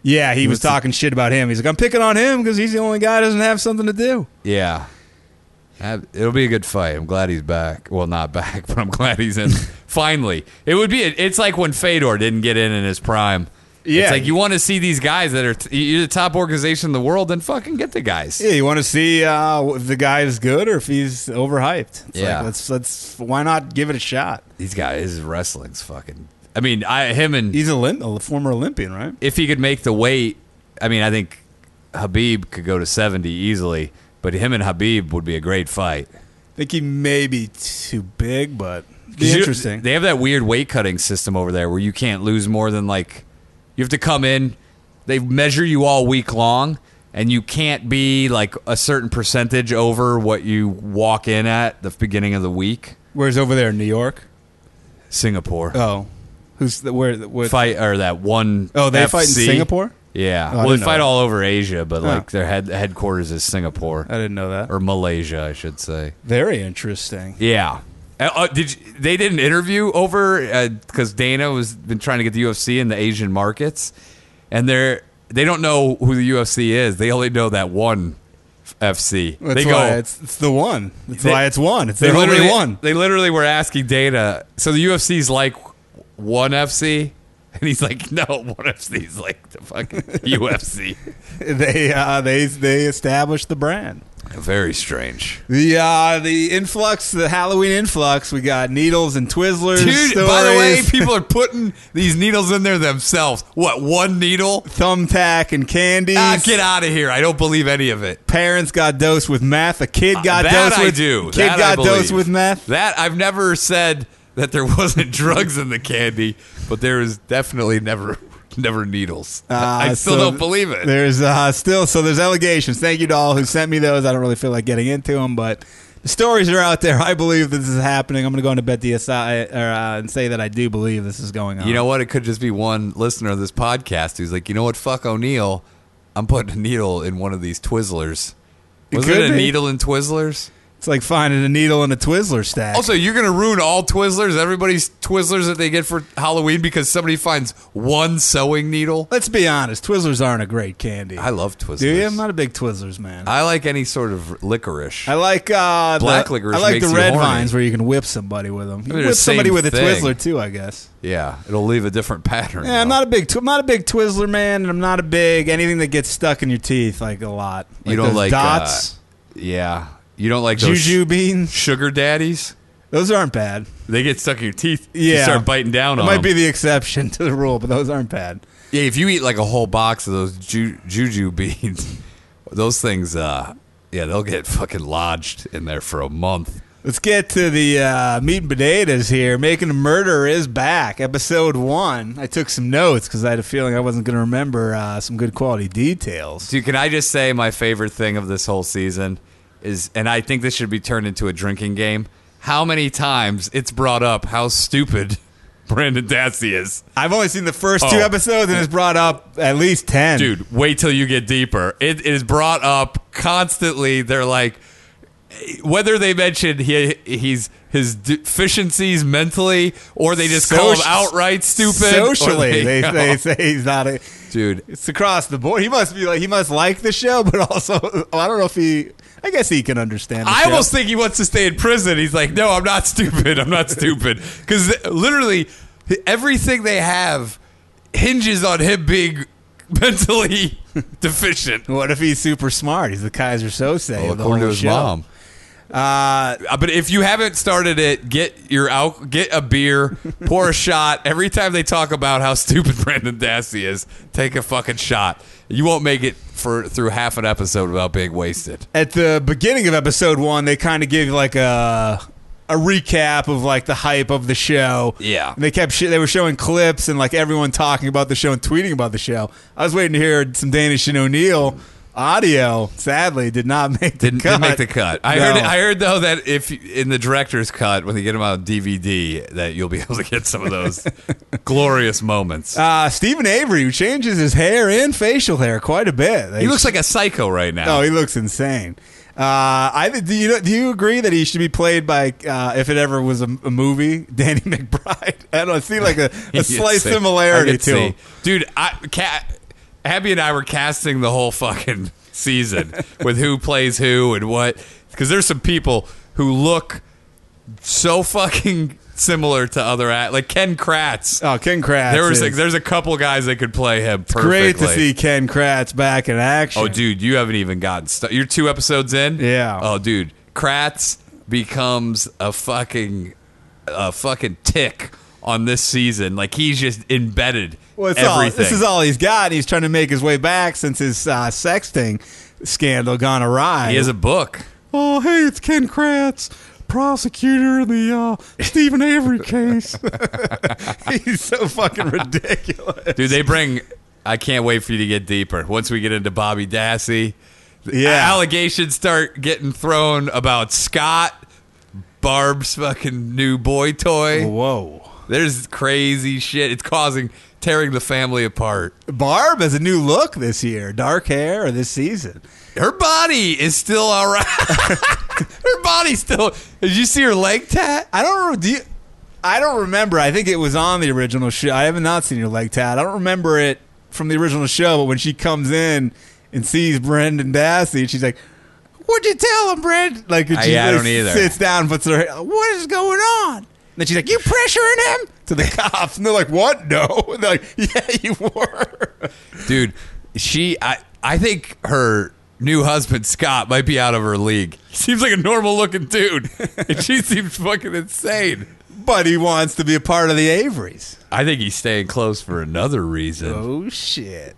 S4: yeah, he, was,
S3: was the-
S4: talking shit about him. He's like, I'm picking on him because he's the only guy that doesn't have something to do.
S3: Yeah. That- It'll be a good fight. I'm glad he's back. Well, not back, [laughs] but I'm glad he's in. Finally, it would be. It's like when Fedor didn't get in in his prime.
S4: Yeah.
S3: it's like you want to see these guys that are you're the top organization in the world. Then fucking get the guys.
S4: Yeah, you want to see uh, if the guy is good or if he's overhyped. It's
S3: Yeah.
S4: like, let's let's why not give it a shot?
S3: These guys, his wrestling's fucking. I mean, I him and
S4: He's Olymp- a former Olympian, right?
S3: if he could make the weight, I mean, I think Habib could go to 70 easily. But him and Habib would be a great fight.
S4: I think he may be too big, but it'd be
S3: 'Cause you-
S4: interesting.
S3: They have that weird weight cutting system over there where you can't lose more than like you have to come in. They measure you all week long, and you can't be like a certain percentage over what you walk in at the beginning of the week.
S4: Where's over there in New York?
S3: Singapore
S4: Oh, who's the, where? where
S3: fight or that one.
S4: Oh, they fight in
S3: FC.
S4: Singapore.
S3: Yeah,
S4: Oh, I
S3: well,
S4: didn't
S3: they
S4: know
S3: fight
S4: that.
S3: all over Asia, but like their head headquarters is Singapore
S4: I didn't know that.
S3: or Malaysia, I should say.
S4: Very interesting.
S3: Yeah. Uh, uh, did you, they did an interview over because Dana was been trying to get the UFC in the Asian markets, and they're they don't know who the UFC is. They only know that one FC.
S4: That's
S3: they
S4: why
S3: go.
S4: it's, it's the one. That's
S3: They-
S4: why it's one. It's
S3: They
S4: the only
S3: literally
S4: one.
S3: They literally were asking Dana. So the UFC's like one FC, [laughs] and he's like, no, one FC's like the fucking [laughs] UFC.
S4: They uh, they they established the brand.
S3: Very strange.
S4: The uh, the influx, the Halloween influx. We got needles and Twizzlers.
S3: Dude, by the way,
S4: stories,
S3: people are putting these needles in there themselves. What, one needle?
S4: thumbtack and candies.
S3: Ah, get out of here. I don't believe any of it.
S4: Parents got dosed with meth. A kid got
S3: Uh, that
S4: dosed
S3: I
S4: with
S3: do.
S4: Kid
S3: That I
S4: got dosed
S3: believe.
S4: with meth.
S3: That I've never said that there [laughs] wasn't drugs in the candy, but there is definitely never [laughs] never needles. I
S4: Uh,
S3: still
S4: so
S3: don't believe it.
S4: There's uh, still so there's allegations. Thank you to all who sent me those. I don't really feel like getting into them, but the stories are out there. [laughs] I believe that this is happening. I'm going to go into bet DSI or, uh, and say that I do believe this is going on.
S3: You know what? It could just be one listener of this podcast who's like, you know what? Fuck O'Neill. I'm putting a needle in one of these Twizzlers.
S4: It
S3: Was it,
S4: could
S3: a
S4: be.
S3: needle in Twizzlers?
S4: it's like finding a needle in a Twizzler stack.
S3: Also, you're gonna ruin all Twizzlers, everybody's Twizzlers that they get for Halloween because somebody finds one sewing needle.
S4: Let's be honest, Twizzlers aren't a great candy.
S3: I love Twizzlers.
S4: do you? I'm not a big Twizzlers man. I,
S3: I like any sort of licorice.
S4: like uh,
S3: Black
S4: the,
S3: licorice
S4: I like
S3: makes
S4: the
S3: you
S4: red
S3: horny.
S4: vines where you can whip somebody with them. You
S3: They're
S4: can
S3: the
S4: whip somebody
S3: same
S4: with a
S3: thing.
S4: Twizzler too, I guess.
S3: yeah, it'll leave a different [laughs] pattern.
S4: Yeah, I'm
S3: though.
S4: not a big, tw- I'm not a big Twizzler man, and I'm not a big anything that gets stuck in your teeth like a lot.
S3: You don't
S4: those
S3: like
S4: dots,
S3: uh, yeah, you don't like those
S4: juju beans.
S3: sh- sugar daddies.
S4: Those aren't bad.
S3: They get stuck in your teeth.
S4: Yeah.
S3: You start biting down
S4: It
S3: on
S4: might
S3: them.
S4: be the exception [laughs] to the rule, but those aren't bad.
S3: yeah, if you eat like a whole box of those ju- juju [laughs] beans, those things, uh, yeah, they'll get fucking lodged in there for a month.
S4: Let's get to the uh, meat and potatoes here. Making a Murder is back, episode one. I took some notes because I had a feeling I wasn't going to remember uh, some good quality details.
S3: Dude, can I just say my favorite thing of this whole season is, and I think this should be turned into a drinking game. How many times it's brought up how stupid [laughs] Brandon Dassey is?
S4: I've only seen the first two
S3: Oh.
S4: episodes, and it's brought up at least ten.
S3: dude wait till you get deeper it is brought up constantly they're like whether they mention he he's his deficiencies mentally or they just call him
S4: Soci-
S3: outright stupid Oh, or [laughs]
S4: Socially, they, they say he's not a.
S3: dude
S4: It's across the board. He must be like he must like the show, [laughs] but also I don't know if he. I guess he can understand. The
S3: I
S4: show.
S3: almost think he wants to stay in prison. He's like, no, I'm not [laughs] stupid. I'm not stupid. Because literally, everything they have hinges on him being [laughs] mentally deficient.
S4: What if he's super smart? He's the Kaiser Sose. of the whole show.
S3: Uh, but if you haven't started it, get your al- get a beer, [laughs] pour a shot. Every time they talk about how [laughs] stupid Brandon Dassey is, take a fucking shot. You won't make it for through half an episode without being wasted.
S4: at the beginning of episode one, they kind of give like a a recap of like the hype of the show.
S3: Yeah.
S4: and they kept sh- they were showing clips and like everyone talking about the show and tweeting about the show. I was waiting to hear some Danish and O'Neill audio. Sadly, did not [laughs] make the
S3: Didn't,
S4: cut.
S3: didn't make the cut. I
S4: No.
S3: heard. I heard though that if you- in the director's cut when they get them out on DVD, that you'll be [laughs] able to get some of those
S4: [laughs]
S3: glorious moments.
S4: Uh, Stephen Avery, who changes his hair and facial hair quite a bit. They
S3: he looks like a psycho right now.
S4: Oh, he looks insane. Uh, I do you do you agree that he should be played by uh, if it ever was a, a movie, [laughs] Danny McBride? I don't know, I
S3: [laughs]
S4: see like a, a
S3: You
S4: slight
S3: see. I
S4: similarity
S3: could
S4: to
S3: see.
S4: him.
S3: Dude, I, Ca Abby and I were casting the whole fucking
S4: [laughs]
S3: season with who plays who and what, because there's some people who look so fucking similar to other act, like Ken Kratz.
S4: Oh, Ken Kratz!
S3: there was
S4: is-
S3: like, there's a couple guys that could play him perfectly.
S4: great to see Ken Kratz back in action.
S3: Oh, dude, you haven't even gotten started. You're two episodes in.
S4: Yeah.
S3: Oh, dude, Kratz becomes a fucking, a fucking tick on this season. Like he's just embedded.
S4: Well, it's all,
S3: everything.
S4: this is all he's got. and He's trying to make his way back since his uh, sexting scandal gone awry.
S3: He has a book.
S4: oh, hey, it's Ken Kratz, prosecutor in the uh, Stephen Avery case. [laughs] he's so fucking ridiculous.
S3: Dude, they bring. I can't wait for you to get deeper. Once we get into Bobby Dassey, the
S4: Yeah.
S3: allegations start getting thrown about Scott, Barb's fucking new boy toy.
S4: Whoa.
S3: There's crazy shit. It's causing tearing the family apart.
S4: Barb has a new look this year, dark hair or this season.
S3: Her body is still all right. [laughs] her body's still. Did you see her leg tat?
S4: I don't re- do you, I don't remember. I think it was on the original show. I have not seen your leg tat. I don't remember it from the original show, but when she comes in and sees Brendan Dassey, she's like, "What'd you tell him, Brendan?" Like, and
S3: I-
S4: she
S3: yeah, I
S4: just
S3: don't either.
S4: Sits down, puts her. hair- What is going on? And then she's
S3: [laughs]
S4: like, "You pressuring him?" To the cops, and they're like, "What? No." And they're like, [laughs] "Yeah, you were."
S3: Dude, she. I. I think her new husband Scott might be out of her league. He seems like a normal looking dude, [laughs] and she seems fucking insane.
S4: but he wants to be a part of the Averys.
S3: I think he's staying close for another reason.
S4: Oh shit!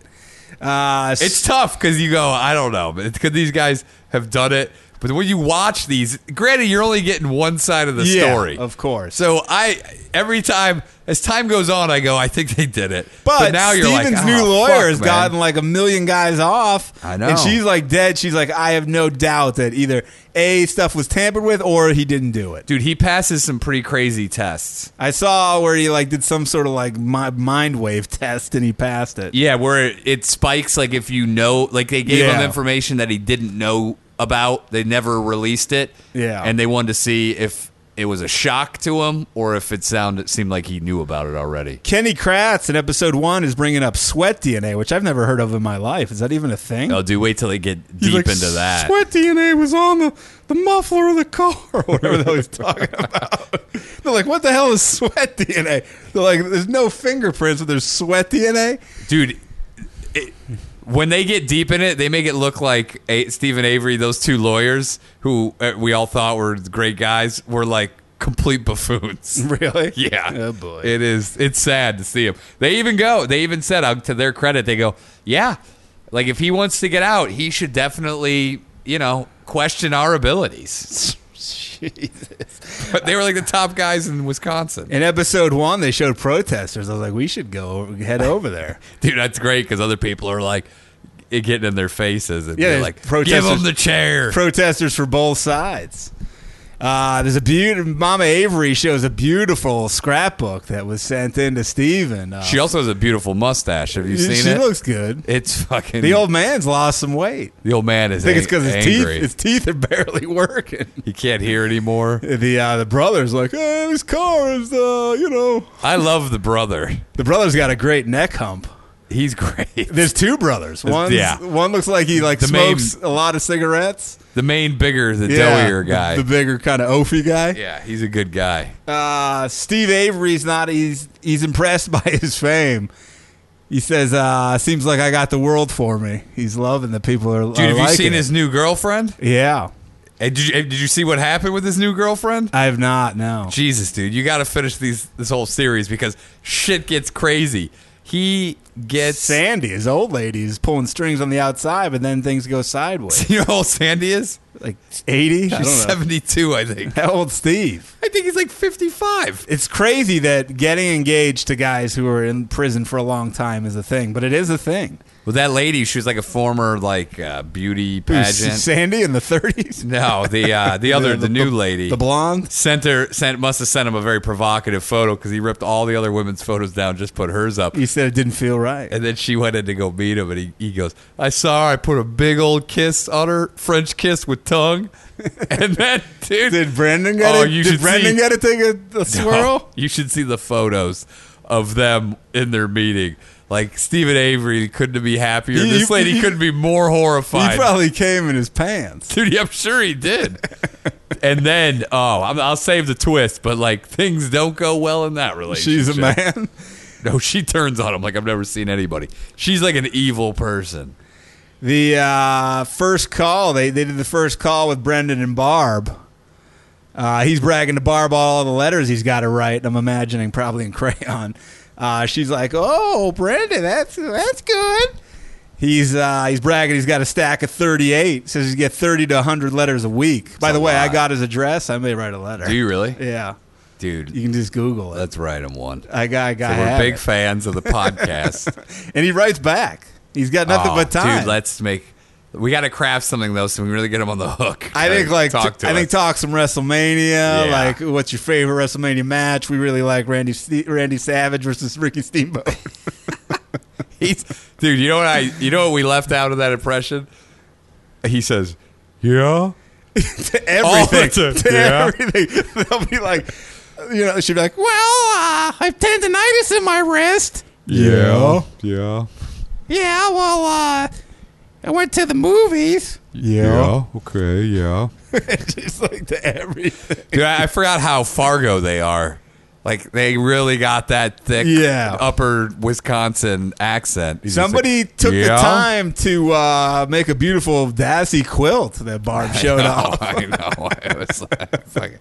S4: Uh,
S3: It's tough because you go, I don't know, but it's because these guys have done it. But when you watch these, granted, you're only getting one side of the
S4: Yeah,
S3: story,
S4: of course.
S3: So I, every time as time goes on, I go, I think they did it.
S4: but, now
S3: you're like,
S4: Steven's
S3: "Ah,
S4: new lawyer
S3: fuck,
S4: has
S3: man."
S4: gotten like a million guys off.
S3: I know.
S4: and she's like dead. She's like, I have no doubt that either a stuff was tampered with or he didn't do it.
S3: dude. He passes some pretty crazy tests.
S4: I saw where he like did some sort of like mi- mind wave [laughs] test and he passed it.
S3: Yeah, where it, it spikes. Like if you know, like they gave him
S4: Yeah.
S3: information that he didn't know about. They never released it.
S4: Yeah.
S3: and they wanted to see if it was a shock to him or if it sounded seemed like he knew about it already.
S4: Kenny Kratz in episode one is bringing up sweat DNA, which I've never heard of in my life. Is that even a thing?
S3: Oh, dude, wait till they get
S4: [laughs] He's
S3: deep
S4: like,
S3: into that.
S4: Sweat DNA was on the, the muffler of the car or whatever the hell
S3: [laughs]
S4: he's talking about. They're like, what the hell is sweat DNA? They're like, there's no fingerprints, but there's sweat DNA.
S3: dude. It, when they get deep in it, they make it look like a, Stephen Avery, those two lawyers who uh, we all thought were great guys, were like complete buffoons.
S4: [laughs] Really?
S3: [laughs] Yeah.
S4: Oh boy.
S3: It is. It's sad to see him. They even go. They even said uh, to their credit, they go, yeah, like if he wants to get out, he should definitely, you know, question our abilities. [laughs]
S4: Jesus.
S3: But they were like the top guys in Wisconsin.
S4: In episode one, they showed protesters. I was like, we should go head
S3: [laughs]
S4: over there.
S3: Dude, that's great because other people are like it getting in their faces and
S4: Yeah,
S3: yeah,
S4: there's
S3: like, give
S4: protesters-
S3: them the chair.
S4: protesters for both sides. Uh, there's a beautiful Mama Avery shows a beautiful scrapbook that was sent in to Steven. Uh,
S3: she also has a beautiful mustache. Have you seen
S4: she
S3: it?
S4: looks good.
S3: it's fucking
S4: The old man's lost some weight.
S3: the old man is.
S4: I think it's because his teeth
S3: angry.
S4: his teeth are [laughs] barely working.
S3: He can't hear anymore.
S4: The uh, the brother's like, oh, his car is uh, you know.
S3: I love the brother.
S4: The brother's got a great neck hump.
S3: He's great.
S4: There's two brothers. One
S3: yeah.
S4: one looks like he like
S3: The main-
S4: smokes a lot of cigarettes.
S3: The main bigger, the doughier
S4: the-
S3: guy.
S4: the, bigger kind of oafy guy.
S3: yeah, he's a good guy.
S4: uh, Steve Avery's not he's he's impressed [laughs] by his fame. He says, uh, "Seems like I got the world for me." He's loving that people are.
S3: Dude, have you seen his new girlfriend?
S4: Yeah,
S3: Hey, Did you, hey, did you see what happened with his new girlfriend?
S4: I have not. No,
S3: Jesus, dude, you got to finish these this whole series because shit gets crazy. He gets
S4: Sandy, his old lady, is pulling strings on the outside, but then things
S3: [laughs]
S4: go sideways.
S3: You know how old Sandy is?
S4: like eighty, I don't know.
S3: She's 72, I think.
S4: How old Steve?
S3: I think he's like 55.
S4: It's crazy that getting engaged to guys who are in prison for a long time is a thing, but it is a thing.
S3: Well, that lady, she was like a former like uh, beauty
S4: Who's
S3: pageant.
S4: Sandy in the thirties,
S3: No, the uh,
S4: [laughs]
S3: the other the, new lady.
S4: the blonde.
S3: sent her sent must have sent him a very provocative photo because he ripped all the other women's photos down, just put hers up.
S4: He said it didn't feel right.
S3: And then she went in to go meet him, and he, he goes, "I saw her. I put a big old kiss on her, French kiss with tongue." [laughs] And then, dude,
S4: Did Brandon get
S3: Oh,
S4: it?
S3: you
S4: Did
S3: should
S4: Brandon
S3: see-
S4: get it? Take a,
S3: [laughs]
S4: a swirl.
S3: you should see the photos of them in their meeting. Like Stephen Avery couldn't be happier.
S4: You-
S3: this
S4: you-
S3: lady
S4: you-
S3: couldn't be more horrified.
S4: He probably came in his pants.
S3: [laughs] Dude, I'm sure he did.
S4: [laughs]
S3: and then, oh, I'm, I'll save the twist, but like things don't go well in that relationship.
S4: She's a man.
S3: [laughs] No, she turns on him like I've never seen anybody. She's like an evil person.
S4: The uh, first call they they did the first call with Brendan and Barb. Uh, he's bragging to Barb all the letters he's got to write. I'm imagining probably in crayon. Uh, she's like, "Oh, Brendan, that's that's good." He's uh, he's bragging. He's got a stack of 38. Says he's get 30 to 100 letters a week. By
S3: a
S4: the way, I
S3: lot.
S4: got his address. I may write a letter.
S3: Do you really?
S4: Yeah, you
S3: Dude,
S4: can just Google it.
S3: let's write him one.
S4: I got, I got.
S3: So we're
S4: had
S3: big
S4: it.
S3: fans
S4: [laughs]
S3: of the podcast.
S4: and he writes back. He's got nothing
S3: Oh,
S4: but time.
S3: Dude, let's make. We got to craft something though, so we really get him on the hook.
S4: I think like
S3: talk to
S4: I
S3: us.
S4: think talk some WrestleMania.
S3: Yeah.
S4: Like, what's your favorite WrestleMania match? We really like Randy Ste- Randy Savage versus Ricky Steamboat. [laughs]
S3: He's, [laughs] dude, you know what I? You know what we left out of that impression? He says, "Yeah."
S4: to everything,
S3: All the
S4: to [laughs]
S3: time. Yeah.
S4: everything. [laughs] They'll be like, you know, she'd be like, "Well, uh, I have tendonitis in my wrist.
S3: Yeah. Yeah.
S4: Yeah, well, uh, I went to the movies. [laughs]
S3: Yeah. "Oh, Okay. Yeah.
S4: Just like to everything.
S3: Dude, I, I forgot how Fargo they are. Like they really got that thick
S4: Yeah.
S3: upper Wisconsin accent. He's just
S4: Somebody
S3: like,
S4: took the
S3: "Yeah."
S4: time to uh, make a beautiful dassy quilt
S3: [laughs]
S4: that Barb showed
S3: Oh, [laughs]
S4: off.
S3: I know. [laughs] I was like, fucking-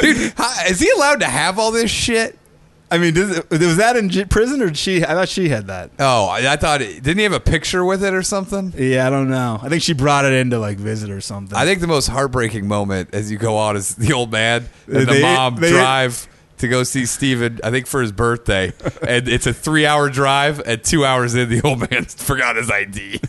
S3: dude, how, is he allowed to have all this shit?
S4: I mean, does it, was that in j- prison or did she? I thought she had that.
S3: Oh, I, I thought it, didn't he have a picture with it or something?
S4: Yeah, I don't know. I think she brought it in to like visit or something.
S3: I think the most heartbreaking moment as you go on is the old man and
S4: They-
S3: the mom
S4: they-
S3: drive to go see Steven, I think for his
S4: [laughs]
S3: birthday. and it's a three hour drive, and two hours in, the old man [laughs] forgot his ID.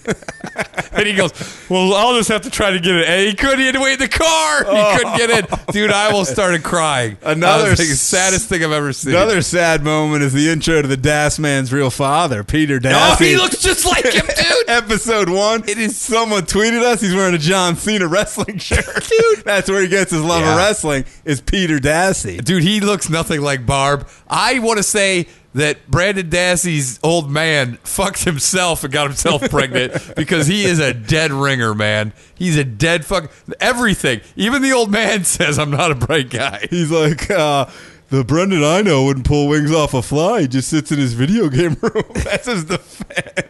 S3: [laughs] and he goes, Well, I'll just have to try to get it. And he couldn't, he had to wait in the car. He couldn't get in. Dude, I almost started crying.
S4: Oh. Another
S3: I was like,
S4: s-
S3: saddest thing I've ever seen.
S4: [laughs] another sad moment is the intro to the Das Man's real father, Peter
S3: oh,
S4: Dassey.
S3: he
S4: [laughs]
S3: looks just like him, dude.
S4: Episode one.
S3: It is-
S4: someone tweeted us. He's wearing a John Cena wrestling [laughs] shirt. Dude, that's where he gets his love
S3: Yeah.
S4: of wrestling. Is Peter Dassey?
S3: Dude, he looks nothing like Barb. I want to say that Brandon Dassey's old man fucked himself and got
S4: [laughs]
S3: himself pregnant because he is a dead ringer, man. He's a dead fuck. Everything. Even the old man [laughs] says, I'm not a bright guy.
S4: He's like uh, the Brendan [laughs] I know wouldn't pull wings off a fly. He just sits in his video game room. that's his defense.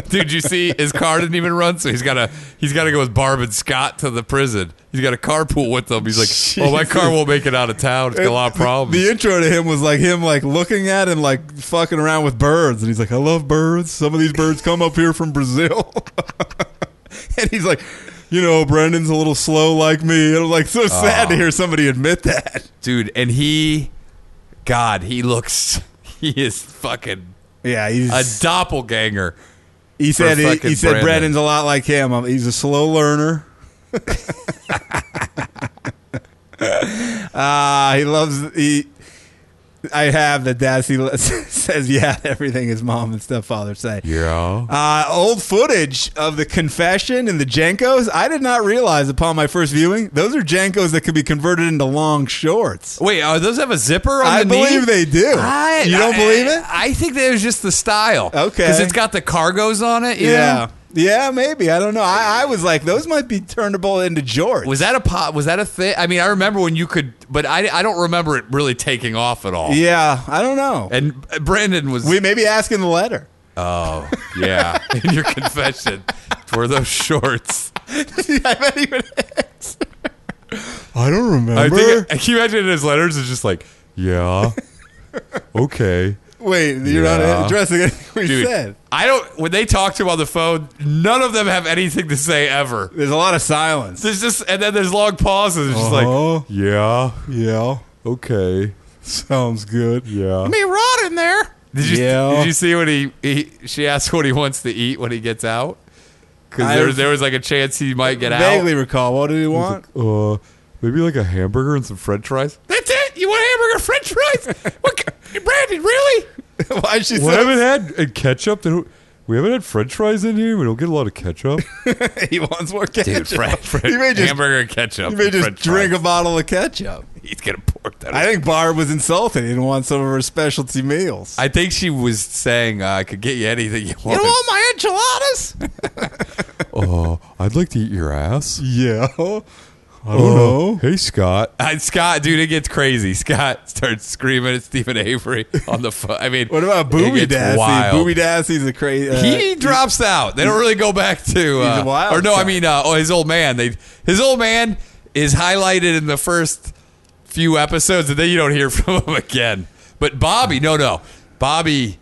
S3: [laughs] Dude, you see, his car didn't even run, so he's gotta he's gotta go with Barb and Scott to the prison. He's got a carpool with them. He's like, "Oh, my car won't make it out of town. It's got a lot of problems."
S4: The intro to him was like him like looking at and like fucking around with birds, and he's like, "I love birds. Some of these birds come up here from Brazil," [laughs] and he's like, "You know, Brendan's a little slow like me." It was like
S3: Oh.
S4: so sad to hear somebody admit that.
S3: Dude, and he, God, he looks, [laughs] he is fucking
S4: Yeah,
S3: a
S4: he's
S3: doppelganger.
S4: he said he,
S3: fucking
S4: he said
S3: Brendan.
S4: Brendan's a lot like him. Um, He's a slow learner. [laughs] Ah, he loves he. I have the dad. He [laughs] says, "Yeah, everything his mom and stepfather say."
S3: Yeah.
S4: Uh, old footage of the confession and the Jankos. I did not realize upon my first viewing those are Jankos that could be converted into long shorts.
S3: Wait, are those have a zipper on
S4: I
S3: the knee?
S4: believe they do.
S3: I-
S4: you don't
S3: I-
S4: believe it?
S3: I think that was just the style.
S4: Okay.
S3: Because it's got the cargos on it. you know?
S4: yeah. Yeah, maybe. I don't know. I, I was like, those might be turnable into jorts.
S3: Was that a pot? Was that a thing? I mean, I remember when you could, but I, I don't remember it really taking off at all.
S4: yeah, I don't know.
S3: And uh, Brandon was,
S4: we may be asking the letter.
S3: oh, yeah, [laughs] in your confession. Were those shorts?
S4: I bet he would answer. I don't remember.
S3: I think, can you imagine in his letters? It's just like, yeah,
S4: [laughs]
S3: okay.
S4: Wait, you're
S3: Yeah.
S4: not addressing anything we said.
S3: I don't, when they talk to him on the phone, none of them have anything to say ever.
S4: There's a lot of silence.
S3: There's just, and then there's long pauses. It's just
S4: Uh-huh.
S3: like, yeah,
S4: Yeah,
S3: okay.
S4: sounds good.
S3: Yeah.
S4: Me rot in there.
S3: Did you,
S4: Yeah.
S3: did you see what he, he she asked what he wants to eat when he gets out? Because
S4: I-
S3: there, there was like a chance he might get
S4: vaguely
S3: out.
S4: recall. What did he want?
S3: Uh, maybe like a hamburger and some French fries. That's it. You want a hamburger, and French fries? what, ca- Brandon? Really?
S4: [laughs] Why is she
S2: We
S4: so?
S2: haven't had and ketchup. They don't, we haven't had French fries in here. We don't get a lot of ketchup.
S4: [laughs] He wants more ketchup.
S3: Dude, [laughs] French,
S4: [laughs] you may just,
S3: hamburger and ketchup.
S4: you may
S3: and
S4: just
S3: French
S4: drink
S3: fries.
S4: a bottle of ketchup.
S3: He's gonna pork that.
S4: I
S3: I,
S4: think Barb was insulted. He didn't want some of her specialty meals.
S3: I think she was saying uh, I could get you anything you want.
S4: my
S3: [laughs]
S4: enchiladas?
S2: uh, I'd like to eat your ass.
S4: yeah.
S2: I don't
S4: Oh.
S2: know. Hey, Scott.
S3: Uh, Scott, dude, it gets crazy. Scott [laughs] starts screaming at Stephen Avery on the phone. I mean,
S4: What about
S3: it
S4: Booby
S3: gets
S4: Dassey?
S3: wild.
S4: Booby Dassey's a crazy. Uh,
S3: he drops out. They don't really go back to uh,
S4: He's a wild
S3: or no, I
S4: card.
S3: mean uh, oh, his old man. They his old man is highlighted in the first few episodes, and then you don't hear [laughs] from him again. But Bobby, no, no, Bobby,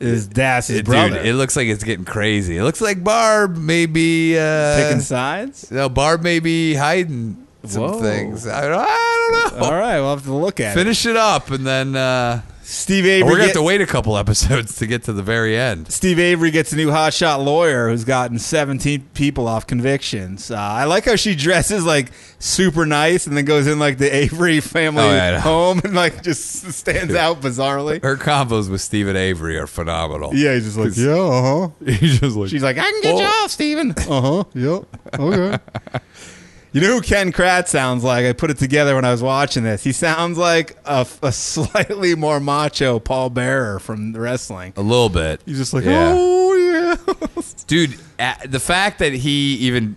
S4: is Dassey's
S3: dude,
S4: brother.
S3: it looks like it's getting crazy. It looks like Barb maybe uh,
S4: Picking sides.
S3: no, Barb may be hiding some
S4: Whoa.
S3: things. I, I don't know.
S4: All right, we'll have to look at it.
S3: Finish it up, and then uh,
S4: Steve
S3: we're
S4: Avery.
S3: gonna have
S4: get-
S3: to wait a couple episodes to get to the very end.
S4: Steve Avery gets a new hotshot lawyer who's gotten 17 people off convictions. Uh, I like how she dresses like super nice and then goes in like the Avery family
S3: Oh, yeah, I know.
S4: home and like just stands out bizarrely.
S3: Her combos with Stephen Avery are phenomenal. [laughs]
S4: Yeah, he's just like, yeah,
S2: Uh-huh,
S4: uh huh.
S2: He's just like,
S4: She's like, I can get you
S3: Well- [laughs]
S4: off, Steven.
S3: Oh.
S2: uh huh. Yep. Okay.
S4: You know who Ken Kratz sounds like? I put it together when I was watching this. He sounds like a, a [laughs] slightly more macho Paul Bearer from wrestling.
S3: A little bit.
S2: He's just like,
S3: Yeah.
S2: oh yeah.
S3: Dude, a- the fact that he even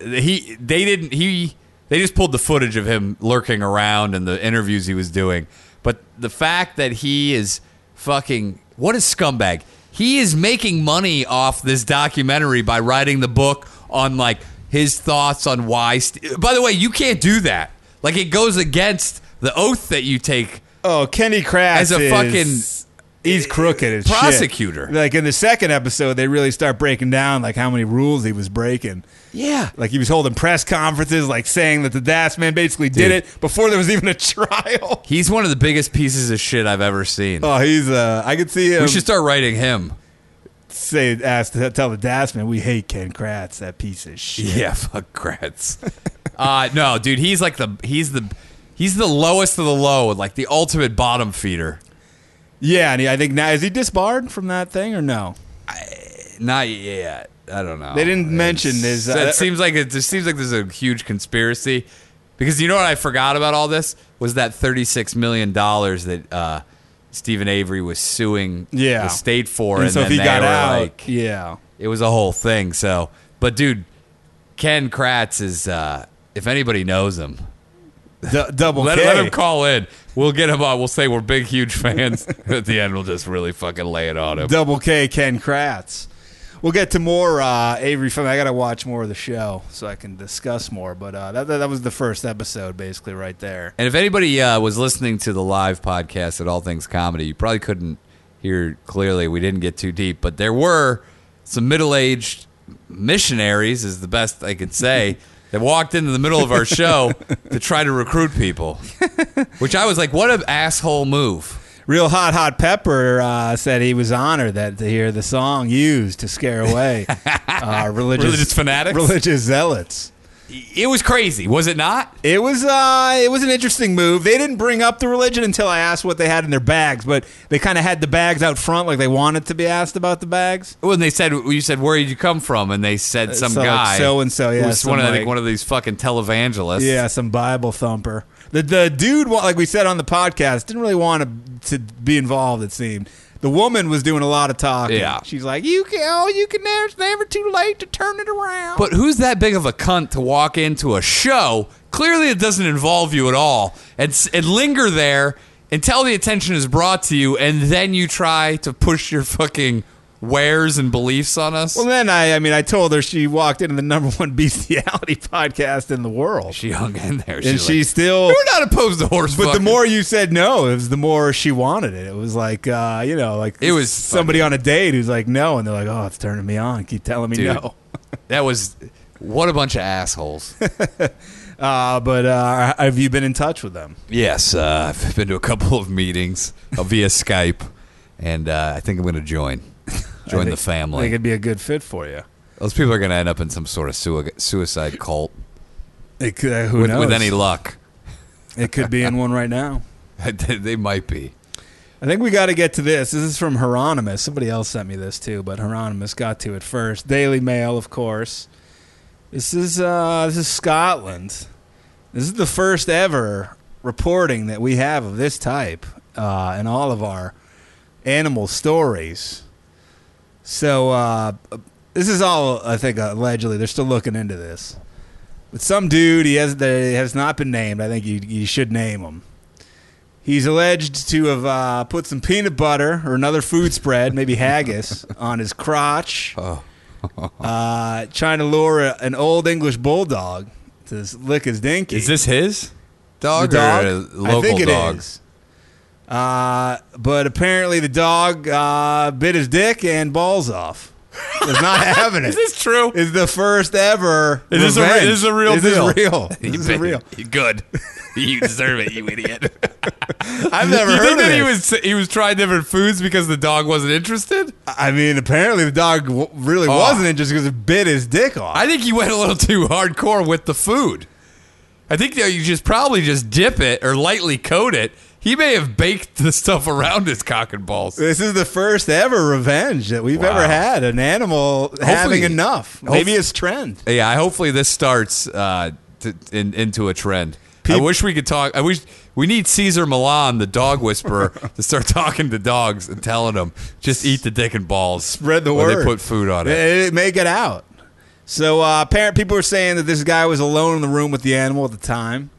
S3: he they didn't he they just pulled the footage of him lurking around and the interviews he was doing. But the fact that he is fucking what a scumbag. He is making money off this documentary by writing the book on like his thoughts on why St- By the way, you can't do that. Like it goes against the oath that you take
S4: Oh, Kenny Kratz
S3: As a
S4: is-
S3: fucking-
S4: he's crooked as shit.
S3: Prosecutor.
S4: Like in the second episode, they really start breaking down like how many rules he was breaking.
S3: Yeah.
S4: Like he was holding press conferences, like saying that the Das man basically did
S3: Dude.
S4: it before there was even a trial. [laughs]
S3: He's one of the biggest pieces of shit I've ever seen.
S4: Oh, he's uh, I could see him
S3: we should start writing him.
S4: say ask tell the Das man we hate Ken Kratz, that piece of shit.
S3: Yeah, [laughs] fuck Kratz. uh, no, dude, he's like the he's the he's the lowest of the low, like the ultimate bottom feeder.
S4: Yeah, and he, I think now is he disbarred from that thing or no?
S3: Not yet. I don't know.
S4: They didn't
S3: It's-
S4: mention uh, his-
S3: That seems like it. Just seems like there's a huge conspiracy. Because you know what I forgot about all this was that 36 million dollars that uh, Stephen Avery was suing
S4: Yeah.
S3: the state for,
S4: and
S3: and,
S4: so if
S3: then
S4: he
S3: they
S4: got
S3: were
S4: out,
S3: like,
S4: yeah.
S3: it was a whole thing. So, but dude, Ken Kratz is uh, if anybody knows him,
S4: D- double
S3: let,
S4: K.
S3: let him call in. We'll get him on. We'll say we're [laughs] big, huge fans. At the end, we'll just really fucking lay it on him.
S4: Double K Ken Kratz. we'll get to more uh, Avery Fleming. I got to watch more of the show so I can discuss more. But uh, that, that that was the first episode, basically, right there.
S3: And if anybody uh, was listening to the live podcast at All Things Comedy, you probably couldn't hear clearly. We didn't get too deep, but there were some middle aged missionaries, is the best I could [laughs] say, that walked into the middle of our show to try to recruit [laughs] people, which I was like, what an asshole move.
S4: Real Hot Hot Pepper uh, said he was honored that to hear the song used to scare
S3: [laughs]
S4: away uh, religious,
S3: Religious fanatics?
S4: religious zealots.
S3: It was crazy, was it not?
S4: It was uh, it was an interesting move. They didn't bring up the religion until I asked what they had in their bags, but they kind of had the bags out front, like they wanted to be asked about the bags.
S3: When they said you said where did you come from, and they said some
S4: Uh, so, like,
S3: guy
S4: so-and-so, yeah,
S3: who was one of
S4: some,
S3: I think
S4: like-
S3: one of these fucking televangelists.
S4: Yeah, some Bible thumper. The the dude, wa- like we said on the podcast, didn't really want to to be involved. It seemed the woman was doing a lot of talking.
S3: Yeah.
S4: she's like, "You can, oh, you can. There's never too late to turn it around."
S3: But who's that big of a cunt to walk into a show? Clearly, it doesn't involve you at all, and s- and linger there until the attention is brought to you, and then you try to push your fucking wares and beliefs on us.
S4: well, then I, I mean, I told her she walked into the number one [laughs] bestiality podcast in the world,
S3: she hung in there,
S4: and
S3: She's
S4: she
S3: like,
S4: still.
S3: we're not opposed to horse,
S4: But the
S3: fucking."
S4: more you said no, it was the more she wanted it. It was like, uh, you know, like
S3: It was
S4: somebody on a date who's like, no, and they're like, oh, it's turning me on. Keep telling me
S3: Dude.
S4: no.
S3: that was what a bunch of assholes.
S4: Uh, but uh, have you been in touch with them?
S3: Yes, uh, I've been to a couple of meetings uh, via Skype, and uh, I think I'm going to
S4: [laughs]
S3: join join the
S4: I think
S3: family.
S4: it'd be a good fit for you.
S3: Those people are going to end up in some sort of sui- suicide cult
S4: It could, uh, who
S3: with,
S4: knows?
S3: with any luck. [laughs]
S4: it could be in one right now.
S3: they might be.
S4: I think we got to get to this. This is from Hieronymus. Somebody else sent me this too, but Hieronymus got to it first. Daily Mail, of course. This is uh, this is Scotland. This is the first ever reporting that we have of this type uh, in all of our animal stories. So uh, this is all I think allegedly. They're still looking into this. But some dude he has that has not been named. I think you you should name him. He's alleged to have uh, put some peanut butter or another food spread, maybe
S3: [laughs]
S4: haggis, on his crotch,
S3: Oh.
S4: uh, trying to lure a- an old English bulldog to s- lick his dinky.
S3: Is this his dog,
S4: The
S3: or a local
S4: I think it is.
S3: dog?
S4: Uh, but apparently the dog uh, bit his dick and balls off.
S3: [laughs]
S4: Is not having it.
S3: Is this true?
S4: Is the first ever.
S3: Is this a re-
S4: revenge.
S3: this is a real
S4: Is
S3: deal?
S4: This
S3: [laughs]
S4: real.
S3: You
S4: This is
S3: bet-
S4: real.
S3: Good. [laughs] You deserve it, you idiot.
S4: I've
S3: [laughs]
S4: never
S3: you
S4: heard
S3: think
S4: of
S3: that he
S4: this.
S3: was he was trying different foods because the dog wasn't interested?
S4: I mean, apparently the dog w- really
S3: Oh.
S4: wasn't interested because it bit his dick off.
S3: I think you went a little too hardcore with the food. I think that you just probably just dip it or lightly coat it. He may have baked the stuff around his cock and balls.
S4: this is the first ever revenge that we've
S3: Wow.
S4: ever had. An animal having enough. Maybe
S3: Hopefully-
S4: it's trend.
S3: Yeah, I- hopefully this starts uh, to, in, into a trend. I
S4: Peop-
S3: wish we could talk. I wish we need Caesar Milan, the dog whisperer, [laughs] to start talking to dogs and telling them just eat the dick and balls.
S4: Spread the
S3: when
S4: word.
S3: They put food on it.
S4: It, it may get out. So uh, apparent people were saying that this guy was alone in the room with the animal at the time.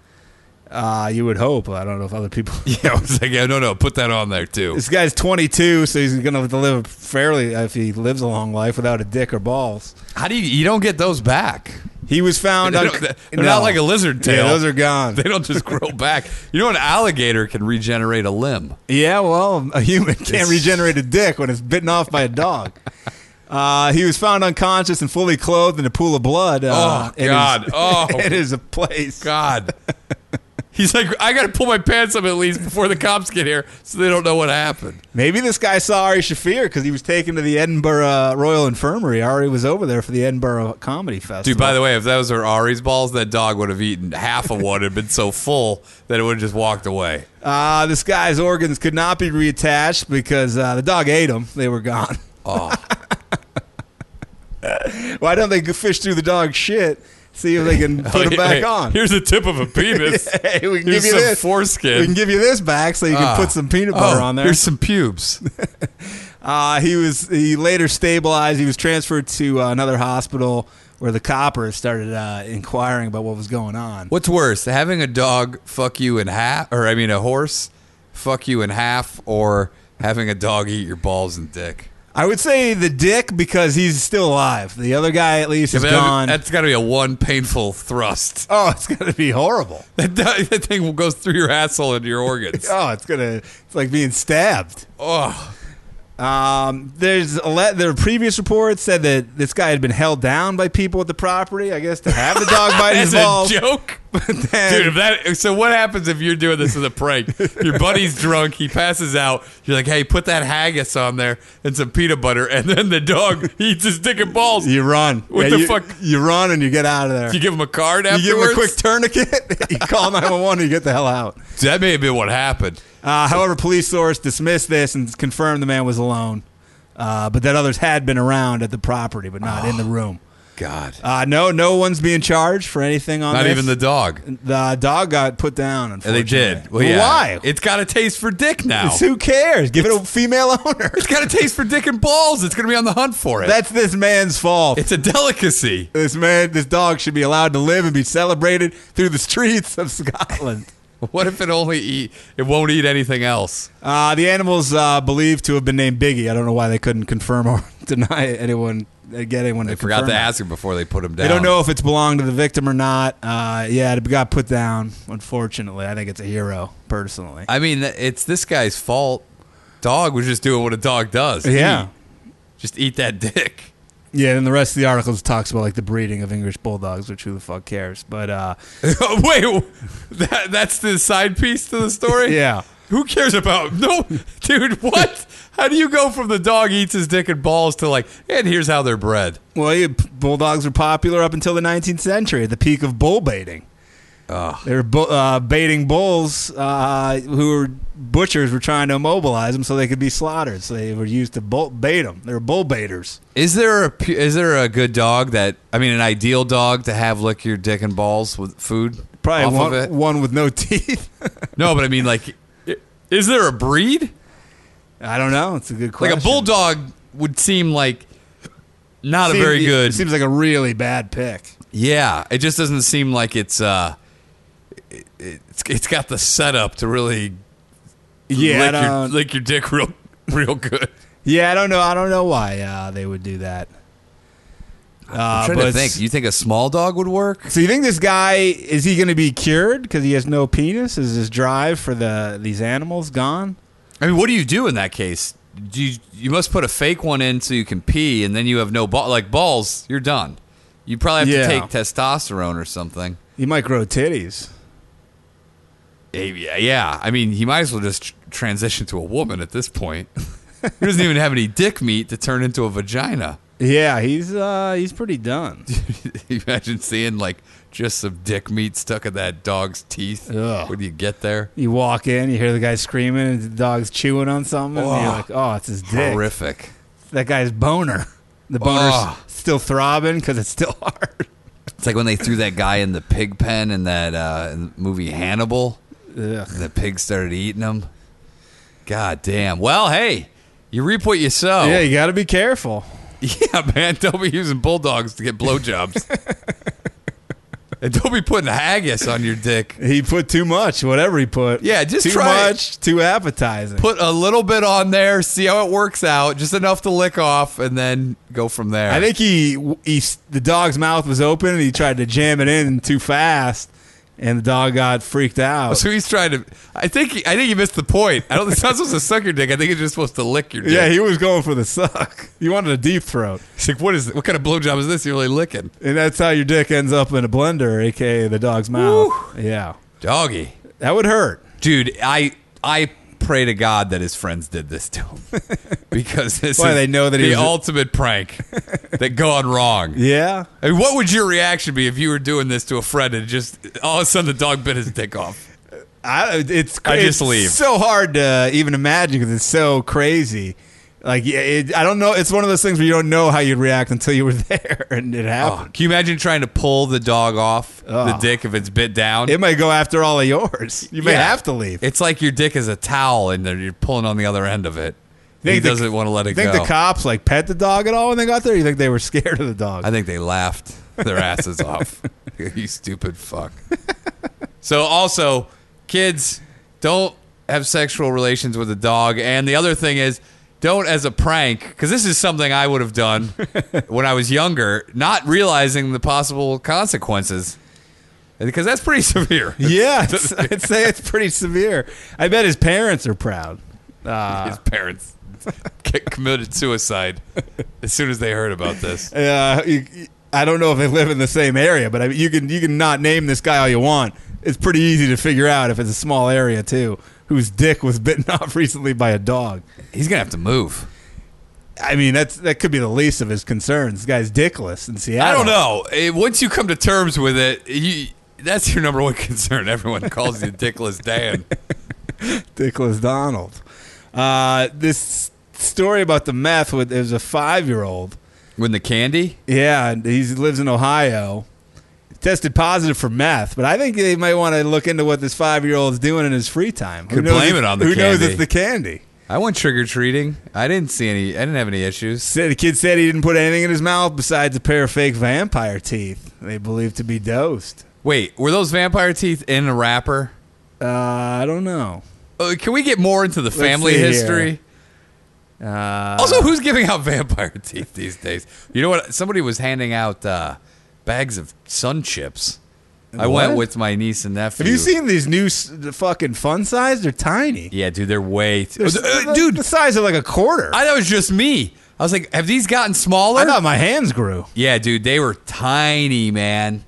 S4: Uh, you would hope. I don't know if other people.
S3: [laughs] Yeah, I was like, yeah, no, no, put that on there too.
S4: [laughs] This guy's 22, so he's gonna have to live fairly if he lives a long life without a dick or balls.
S3: How do you? You don't get those back.
S4: He was found.
S3: They
S4: on,
S3: don't- they're not like a lizard
S4: Yeah,
S3: tail.
S4: those are gone.
S3: [laughs] They don't just grow back. You know, an alligator can regenerate a limb.
S4: Yeah, well, a human can't
S3: It's-
S4: regenerate a dick when it's bitten off by
S3: [laughs]
S4: a dog. Uh, he was found unconscious and fully clothed in a pool of blood. Uh,
S3: Oh,
S4: [laughs]
S3: God. Oh.
S4: it is a place.
S3: God. He's like, I got to pull my pants up at least before the cops get here, so they don't know what happened.
S4: Maybe this guy saw Ari Shafir because he was taken to the Edinburgh uh, Royal Infirmary. Ari was over there for the Edinburgh Comedy Festival.
S3: Dude, by the way, if those were Ari's balls, that dog would have eaten half of one and been so full that it would have just walked away.
S4: uh, this guy's organs could not be reattached because uh, the dog ate them. They were gone.
S3: Oh,
S4: [laughs] Why don't they fish through the dog's shit? See if they
S3: [laughs]
S4: can
S3: Hey,
S4: put it back
S3: hey,
S4: on.
S3: Here's the tip of a penis.
S4: [laughs] Hey, we can
S3: Here's
S4: give you
S3: some
S4: this.
S3: foreskin.
S4: We can give you this back so you can
S3: Ah.
S4: put some peanut butter
S3: Oh,
S4: on there.
S3: Here's some pubes.
S4: Uh, he was he later stabilized. He was transferred to uh, another hospital where the coppers started uh, inquiring about what was going on.
S3: What's worse, having a dog fuck you in half, or I mean, a horse fuck you in half, or having a dog eat your balls and dick?
S4: I would say the dick because he's still alive. The other guy at least is
S3: But that-
S4: gone.
S3: That's got to be a one painful thrust. [laughs]
S4: oh, it's gonna be horrible.
S3: That, that thing goes through your asshole into your
S4: [laughs]
S3: organs.
S4: Oh, it's gonna. It's like being stabbed.
S3: Oh,
S4: Um, there's a le- their previous report said that this guy had been held down by people at the property. I guess to have the dog
S3: [laughs]
S4: bite his
S3: that's a
S4: balls. [laughs]
S3: joke.
S4: But then-
S3: Dude, if that so what happens if you're doing this as a prank?
S4: [laughs]
S3: Your buddy's drunk, he passes out. You're like, "Hey, put that haggis on there and some peanut butter," [laughs] and then the dog eats his dick and balls. You
S4: you run.
S3: What the
S4: you,
S3: fuck?
S4: You run and you get out of there. You,
S3: give him a card afterwards.
S4: give him a quick tourniquet. [laughs] you call nine one one. You get the hell out.
S3: that may have been what happened.
S4: Uh, however, police source dismissed this and confirmed the man was alone, uh, but that others had been around at the property, but not in the room.
S3: God,
S4: Uh, no, no one's being charged for anything on
S3: not
S4: this.
S3: even the dog.
S4: the uh, dog got put down.
S3: And they
S4: Unfortunately,
S3: did. Well, yeah.
S4: Why?
S3: It's got a taste for dick now.
S4: It's- who cares? Give it a female owner. [laughs]
S3: it's got a taste for dick and balls. It's gonna be on the hunt for it.
S4: That's this man's fault.
S3: it's a delicacy. [laughs]
S4: this man, this dog should be allowed to live and be celebrated through the streets of Scotland.
S3: What if it only eat? It won't eat anything else.
S4: Uh, the animals uh, believed to have been named Biggie. I don't know why they couldn't confirm or [laughs] deny anyone, uh, get anyone
S3: They
S4: to
S3: forgot
S4: confirm
S3: to
S4: that.
S3: ask him before they put him down.
S4: They don't know if it's belonged to the victim or not. Uh, yeah, it got put down. Unfortunately, I think it's a hero personally.
S3: I mean, it's this guy's fault. Dog was just doing what a dog does.
S4: yeah,
S3: Eat. just eat that dick. [laughs]
S4: yeah. And the rest of the articles talks about like the breeding of English bulldogs, which who the fuck cares?
S3: [laughs]
S4: But uh,
S3: Wait, [laughs] that, that's the side piece to the story.
S4: [laughs] yeah,
S3: Who cares about no, dude? What? How do you go from the dog eats his dick and balls to like, and here's how they're bred?
S4: well, you, bulldogs were popular up until the 19th century, at the peak of bull baiting. They were bu- uh, baiting bulls uh, who were butchers were trying to immobilize them so they could be slaughtered. So they were used to bull- bait them. They were bull baiters.
S3: Is there a pu- is there a good dog that I mean, an ideal dog to have lick your dick and balls with food?
S4: Probably
S3: off
S4: one,
S3: of it?
S4: one with no [laughs] teeth.
S3: No, but I mean, like, i- is there a breed?
S4: I don't know. It's a good
S3: Like
S4: question.
S3: a bulldog would seem like not a
S4: Seems-
S3: very good.
S4: It seems like a really bad pick.
S3: yeah, it just doesn't seem like it's uh, it- it's it's got the setup to really
S4: Yeah, I
S3: lick, your,
S4: don't,
S3: lick your dick real real good.
S4: yeah, I don't know. I don't know why uh, they would do that. Uh,
S3: I'm trying
S4: but
S3: to
S4: it's-
S3: think. You think a small dog would work?
S4: so you think this guy is he going to be cured because he has no penis? Is his drive for the these animals gone?
S3: I mean, what do you do in that case? Do you you must put a fake one in so you can pee, and then you have no ball like balls. You're done. You probably have to
S4: Yeah.
S3: take testosterone or something.
S4: He might grow titties.
S3: Eh, Yeah, yeah. I mean, he might as well just tr- transition to a woman at this point. [laughs] he doesn't even have any dick meat to turn into a vagina. [laughs]
S4: Yeah, he's uh, he's pretty done.
S3: Imagine seeing like just some dick meat stuck in that dog's teeth.
S4: Ugh.
S3: When you get there,
S4: you walk in, you hear the guy screaming, and the dog's chewing on something. and you're
S3: Oh.
S4: like, oh, it's his dick.
S3: horrific.
S4: That guy's boner. The boner's
S3: Oh.
S4: still throbbing because it's still [laughs] hard.
S3: It's like when they threw that guy in the pig pen in that uh, in the movie Hannibal.
S4: Ugh.
S3: The pig started eating him. God damn. Well, hey, you reap what you sow.
S4: Yeah, you got to be careful.
S3: [laughs] Yeah, man. Don't be using bulldogs to get
S4: [laughs]
S3: blowjobs. and don't be putting haggis on your dick.
S4: He put too much, whatever he put.
S3: Yeah, just
S4: too
S3: try it.
S4: much, too appetizing.
S3: Put a little bit on there, see how it works out, just enough to lick off, and then go from there.
S4: I think he, he the dog's mouth was open and he tried to jam it in too fast, and the dog got freaked out.
S3: [laughs] so. He's trying to. I think. He, I think he missed the point. I don't. It's not supposed to suck your dick. I think it's just supposed to lick your dick.
S4: [laughs] yeah, he was going for the suck. [laughs] He wanted a deep throat,
S3: He's like, what is? What kind of blowjob is this? You're really licking,
S4: and that's how your dick ends up in a blender, aka the dog's mouth. Yeah,
S3: doggy.
S4: that would hurt.
S3: dude i i pray to god that his friends did this to him [laughs] because this
S4: Why,
S3: is
S4: they know that he
S3: the
S4: was a-
S3: ultimate prank that gone wrong
S4: Yeah,
S3: I mean, what would your reaction be if you were doing this to a friend and just all of a sudden the dog bit his dick off
S4: I, it's
S3: I just
S4: it's
S3: leave.
S4: so hard to even imagine because it's so crazy. Like yeah, it, I don't know. It's one of those things where you don't know how you'd react until you were [laughs] there and it
S3: Oh,
S4: happened.
S3: can you imagine trying to pull the dog off the
S4: Ugh.
S3: dick if it's bit down
S4: Oh. It might go after all of yours. You may
S3: Oh. Yeah.
S4: have to leave.
S3: it's like your dick is a towel and then you're pulling on the other end of it he
S4: Think the-
S3: doesn't want to let it
S4: You think
S3: go
S4: the cops like pet the dog at all when they got there? You think they were [laughs] scared of the dog?
S3: I think they laughed their asses off. [laughs] you stupid fuck. so also, kids, don't have sexual relations with a dog. And the other thing is, don't as a prank because this is something I would have done when I was younger, not realizing the possible consequences. Because that's pretty [laughs] severe.
S4: Yeah, it's- I'd say it's pretty severe. I bet his parents are proud.
S3: His parents [laughs] c- committed suicide as soon as they heard about this.
S4: Uh, you, I don't know if they live in the same area, but I, you can you can not name this guy all you want. It's pretty easy to figure out if it's a small area too, whose dick was [laughs] bitten off recently by a dog.
S3: He's gonna have to move.
S4: I mean, that's that could be the least of his concerns. This guy's dickless in Seattle.
S3: I don't know. Eh, once you come to terms with it, you, that's your number one [laughs] concern. Everyone calls you Dickless [laughs] Dan.
S4: Dickless Donald. Uh, this story about the meth with there's a five year old.
S3: When the candy?
S4: Yeah, and he lives in Ohio. Tested positive for meth, but I think they might want to look into what this five year old's doing in his free time. Who
S3: Could
S4: knows
S3: blame
S4: it's-
S3: it on the
S4: Who knows
S3: candy.
S4: it's the candy?
S3: I went trick or treating. I didn't see any. I didn't have any issues.
S4: Said the kid said he didn't put anything in his mouth besides a pair of fake vampire teeth. They believe to be dosed.
S3: Wait, were those vampire teeth in a wrapper?
S4: Uh, I don't know.
S3: Uh, can we get more into the family
S4: see here. Uh,
S3: history? also, who's giving out [laughs] vampire teeth these days? You know what? Somebody was handing out uh, bags of sun chips. I went
S4: What?
S3: with my niece and nephew.
S4: Have you seen these new s- the fucking fun size? They're tiny.
S3: Yeah, dude, they're way. T-
S4: They're
S3: Uh,
S4: s-
S3: dude,
S4: the size of like a quarter.
S3: I thought it was just me. I was like, have these gotten smaller?
S4: I thought my hands grew.
S3: yeah, dude, they were tiny, man.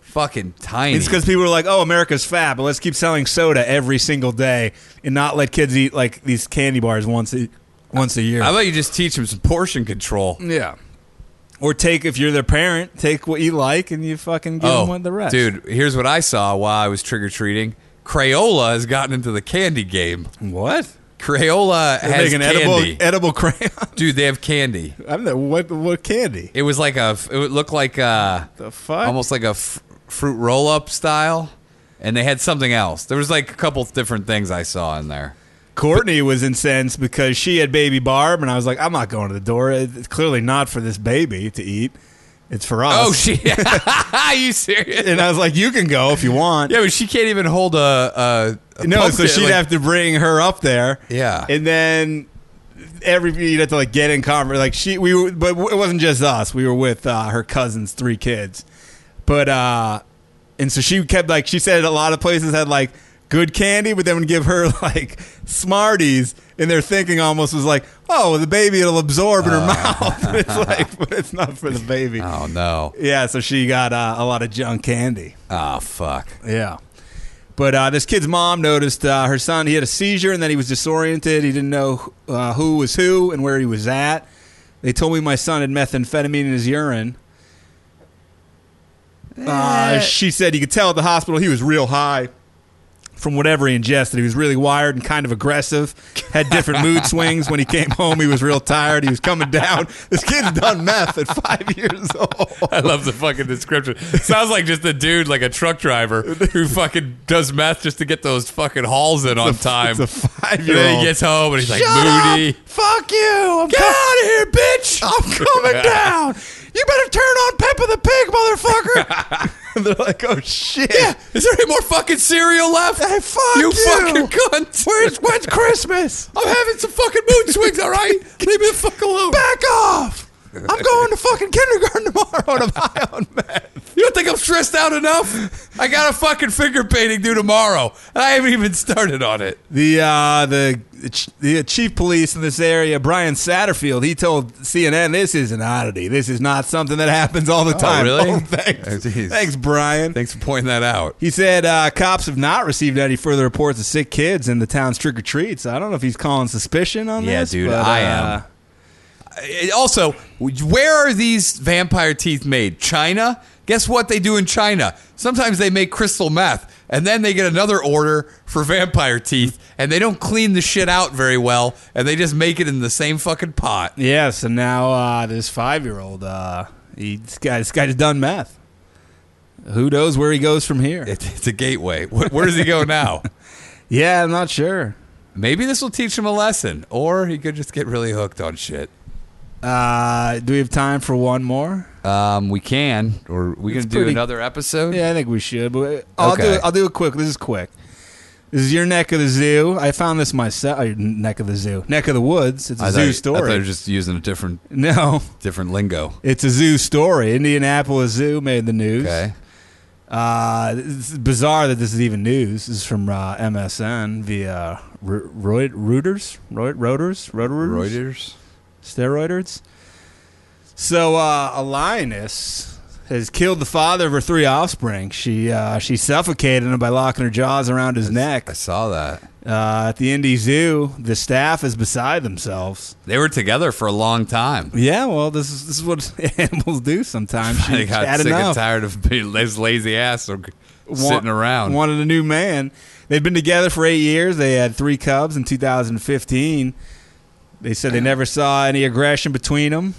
S3: Fucking tiny.
S4: It's because people are like, "Oh, America's fat, but let's keep selling soda every single day and not let kids eat like these candy bars once a, once a year."
S3: How about you just teach them some portion control?
S4: yeah. Or take if you're their parent, take what you like and you fucking give them the rest.
S3: Oh, dude, here's what I saw while I was trick or treating. Crayola has gotten into the candy game.
S4: what?
S3: Crayola
S4: They're
S3: has
S4: making
S3: candy.
S4: edible edible [laughs] crayon.
S3: dude, they have candy.
S4: I'm the what? What candy?
S3: It was like a. f- It would look like a.
S4: The fuck?
S3: Almost like a f- fruit roll up style, and they had something else. There was like a couple different things I saw in there.
S4: Courtney was incensed because she had baby Barb, and I was like, "I'm not going to the door. It's clearly not for this baby to eat. It's for us."
S3: Oh shit! [laughs] Are you serious?
S4: And I was like, "You can go if you want."
S3: Yeah, but she can't even hold a. a, a
S4: no, so
S3: pumpkin,
S4: she'd
S3: like-
S4: have to bring her up there.
S3: Yeah.
S4: and then every you'd have to like get in conversation. Like she, we, were, but it wasn't just us. We were with uh, her cousin's three kids, but uh, and so she kept like she said a lot of places had like good candy, but then would give her [laughs] like Smarties, and their thinking almost was like, oh, the baby it'll absorb in her mouth. [laughs] And it's
S3: [laughs]
S4: like, but it's not for the baby.
S3: Uh. Oh no!
S4: Yeah, so she got uh, a lot of junk candy.
S3: Oh fuck!
S4: Yeah. But uh, this kid's mom noticed uh, her son. He had a seizure and then he was disoriented. He didn't know uh, who was who and where he was at. They told me my son had methamphetamine in his urine. Uh, she said you could tell at the hospital he was real high from whatever he ingested. He was really wired and kind of aggressive. Had different mood swings. When he came home, he was real tired. He was coming down. This kid's done meth at five years
S3: [laughs]
S4: old.
S3: I love the fucking description. Sounds like just a dude, like a truck driver, who fucking does meth just to get those fucking hauls in on time.
S4: It's a
S3: [laughs]
S4: five
S3: and
S4: year
S3: then
S4: old.
S3: he gets home and he's like
S4: Shut
S3: moody.
S4: Up. Fuck you. I'm Get out of here, bitch. [laughs]
S3: [laughs]
S4: I'm coming down. You better turn on Peppa the Pig, motherfucker. And [laughs] They're like, oh shit. Yeah.
S3: Is there any more fucking cereal left?
S4: Hey, fuck
S3: you,
S4: you.
S3: fucking cunt!
S4: Where's when's Christmas?
S3: [laughs] I'm having some fucking mood swings. All
S4: [laughs]
S3: right, leave me the fuck alone.
S4: Back off. I'm going to fucking kindergarten tomorrow and I'm high on meth.
S3: You don't think I'm stressed out enough? I got a fucking finger painting due tomorrow, and I haven't even started on it.
S4: [laughs] The uh, the the ch- the chief police in this area, Brian Satterfield, he told CNN, "This is an oddity. This is not something that happens all the time."
S3: really?
S4: [laughs] Oh, thanks,
S3: Oh, geez.
S4: thanks, Brian.
S3: Thanks for pointing that out.
S4: He said uh, cops have not received any further reports of sick kids in the town's trick or treats. I don't know if he's calling suspicion on
S3: Yeah,
S4: this.
S3: dude,
S4: but,
S3: I
S4: uh,
S3: Uh, Also, where are these vampire teeth made? China? Guess what they do in China? Sometimes they make crystal meth, and then they get another order for vampire teeth, and they don't clean the shit out very well, and they just make it in the same fucking pot.
S4: Yeah, so now uh, this five-year-old, uh, he, this guy, this guy's done meth. Who knows where he goes from here?
S3: It- It's a gateway. Wh- Where does he go
S4: [laughs]
S3: now?
S4: yeah, I'm not sure.
S3: Maybe this will teach him a lesson, or he could just get really hooked on shit.
S4: Uh, do we have time for one more?
S3: Um, we can, or we
S4: It's
S3: can do
S4: pretty-
S3: another episode.
S4: Yeah, I think we should. But I'll
S3: Okay.
S4: do. I'll do it quick. This is quick. This is your neck of the zoo. I found this myself. Your neck of the zoo, neck of the woods. It's a
S3: I
S4: zoo
S3: thought- I thought
S4: story.
S3: you were just using a different
S4: no,
S3: different lingo.
S4: it's a zoo story. Indianapolis Zoo made the news.
S3: Okay.
S4: Uh, it's bizarre that this is even news. This is from uh, MSN via Ru- Roy- Reuters, Roy- Reuters, Reuters,
S3: Reuters.
S4: steroids. So uh, a lioness has killed the father of her three offspring. She uh, she suffocated him by locking her jaws around his neck
S3: I saw that.
S4: uh, at the Indy Zoo. The staff is beside themselves.
S3: They were together for a long
S4: [laughs]
S3: time.
S4: Yeah, well, this is this is what [laughs] animals do
S3: [laughs]
S4: sometimes. She
S3: They got
S4: had
S3: sick
S4: enough.
S3: and tired of being his lazy ass or
S4: wa-
S3: sitting around.
S4: Wanted a new man. They'd been together for eight years. They had three cubs in 2015. They said they never saw any aggression between them.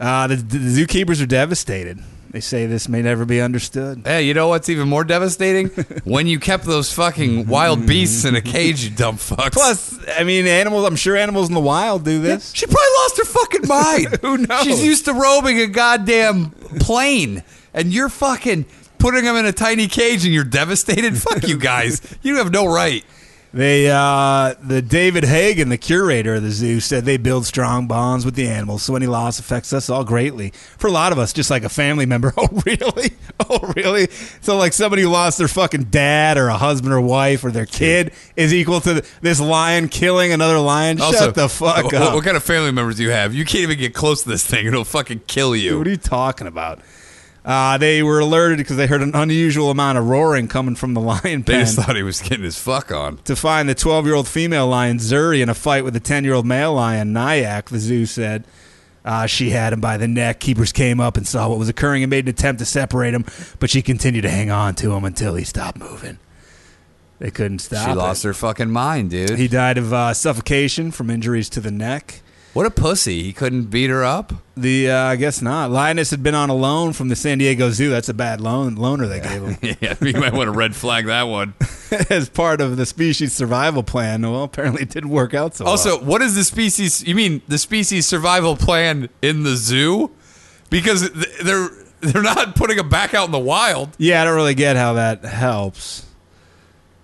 S4: Uh, the, the zookeepers are devastated. They say this may never be understood.
S3: Hey, you know what's even more
S4: [laughs]
S3: devastating? when you kept those fucking wild beasts in a cage, you dumb fucks.
S4: Plus, I mean, animals. I'm sure animals in the wild do this.
S3: she probably lost her
S4: [laughs]
S3: fucking mind.
S4: Who knows?
S3: She's used to roaming a goddamn plane, and you're fucking putting them in a tiny cage, and you're devastated. Fuck you
S4: [laughs]
S3: guys. You have no right.
S4: They, uh, the David Hagen, the curator of the zoo, said they build strong bonds with the animals, so any loss affects us all greatly. For a lot of us, just like a family member. [laughs] Oh, really? Oh, really? So, like somebody who lost their fucking dad or a husband or wife or their kid is equal to this lion killing another lion.
S3: Also,
S4: Shut the fuck
S3: what,
S4: up.
S3: What kind of family members do you have? You can't even get close to this thing. It'll fucking kill you.
S4: What are you talking about? Uh, they were alerted because they heard an unusual amount of roaring coming from the [laughs] lion pen.
S3: They just thought he was getting his fuck on.
S4: to find the 12 year old female lion Zuri in a fight with the 10 year old male lion Nyack, the zoo said. Uh, she had him by the neck. Keepers came up and saw what was occurring and made an attempt to separate him, but she continued to hang on to him until he stopped moving. They couldn't stop.
S3: she
S4: it.
S3: lost her fucking mind, dude.
S4: He died of uh, suffocation from injuries to the neck.
S3: what a pussy. He couldn't beat her up. [laughs]
S4: The uh, I guess not. Lioness had been on a loan from the San Diego Zoo. That's a bad loan loaner they gave him.
S3: yeah, you might want to red flag that one.
S4: [laughs] as part of the species survival plan. Well, apparently it didn't work out so well.
S3: Also, what is the species? You mean the species survival plan in the zoo? Because th- they're they're not putting them back out in the wild.
S4: Yeah, I don't really get how that helps.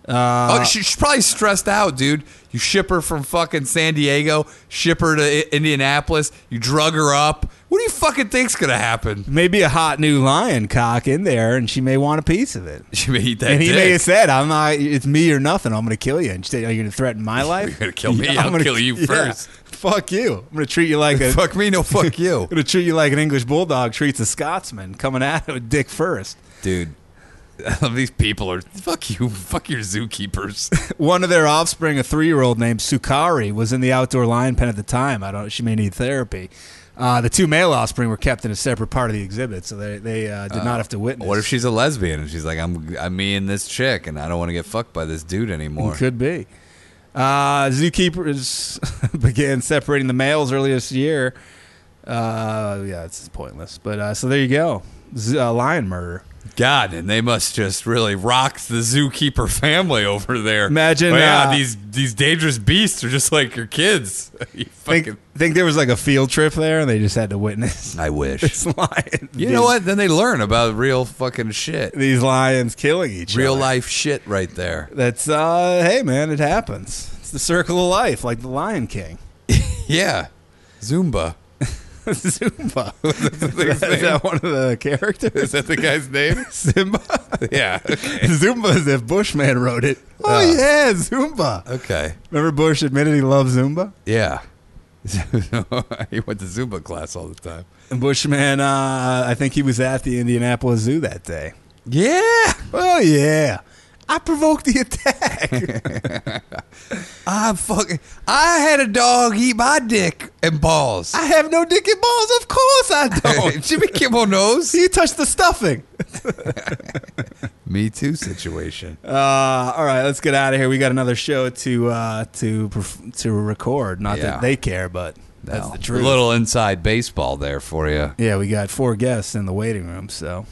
S3: oh, she, she's probably stressed out, dude. You ship her from fucking San Diego, ship her to I- Indianapolis, you drug her up. What do you fucking think's gonna happen? [laughs]
S4: Maybe a hot new lion cock in there, and she may want a piece of it.
S3: She may eat that
S4: And he may
S3: dick.
S4: have said, "I'm not. It's me or nothing. I'm going to kill you." And she said, "Are you going to
S3: [laughs]
S4: threaten my life?
S3: gonna kill
S4: [laughs]
S3: me? I'll kill you first.
S4: Fuck you. I'm going to treat
S3: [laughs]
S4: you like a.
S3: fuck me, no fuck you, [laughs]
S4: I'm going to treat you like an English bulldog treats a Scotsman, coming at it with dick first. [laughs]
S3: dude. [laughs] These people are fuck you, [laughs] fuck your zookeepers.
S4: One of their offspring, a three-year-old named Sukari, was in the outdoor lion pen at the time. I don't. She may need therapy. Uh, the two male offspring were kept in a separate part of the exhibit, so they, they uh, did not have to witness.
S3: What if she's a lesbian and she's like, I'm, I'm me and this chick, and I don't want to get fucked by this dude anymore?
S4: Could be. Uh, zookeepers [laughs] began separating the males earlier this year. Uh, yeah, it's pointless. But uh, so there you go. Z- uh, lion murder.
S3: God, and they must just really rock the zookeeper [laughs] family over there.
S4: Imagine,
S3: But yeah,
S4: uh,
S3: these these dangerous beasts are just like your kids. [laughs] you fucking,
S4: Think, think there was like a field trip there, and they just had to witness [laughs]
S3: I wish.
S4: this lion.
S3: You know what? Then they learn about real fucking shit,
S4: These lions killing each
S3: real
S4: other.
S3: life shit right there.
S4: That's uh, hey man, it happens. It's the circle of life, like the Lion King. [laughs]
S3: Yeah, Zumba. [laughs]
S4: Zumba. [laughs]
S3: thing's
S4: Is that one of the characters? [laughs]
S3: Is that the guy's name?
S4: Simba.
S3: yeah.
S4: Zumba is if Bushman wrote it. Oh,
S3: Oh.
S4: yeah, Zumba.
S3: Okay.
S4: Remember Bush admitted he loves Zumba?
S3: Yeah. [laughs] he went to Zumba class all the time.
S4: And Bushman, uh, I think he was at the Indianapolis Zoo that day.
S3: Yeah.
S4: [laughs] Oh yeah. I provoked the [laughs] attack.
S3: I'm fucking. I had a dog eat my dick and balls.
S4: I have no dick and balls. Of
S3: [laughs]
S4: course I don't.
S3: Jimmy Kimmel knows.
S4: you touched the stuffing.
S3: Me too situation.
S4: Uh, all right, let's get out of here. We got another show to uh, to perf- to record. Not
S3: Yeah.
S4: that they care, but [laughs] that's
S3: No.
S4: the truth.
S3: A little inside baseball there for
S4: [laughs]
S3: you.
S4: Yeah, we got four guests in the waiting room, so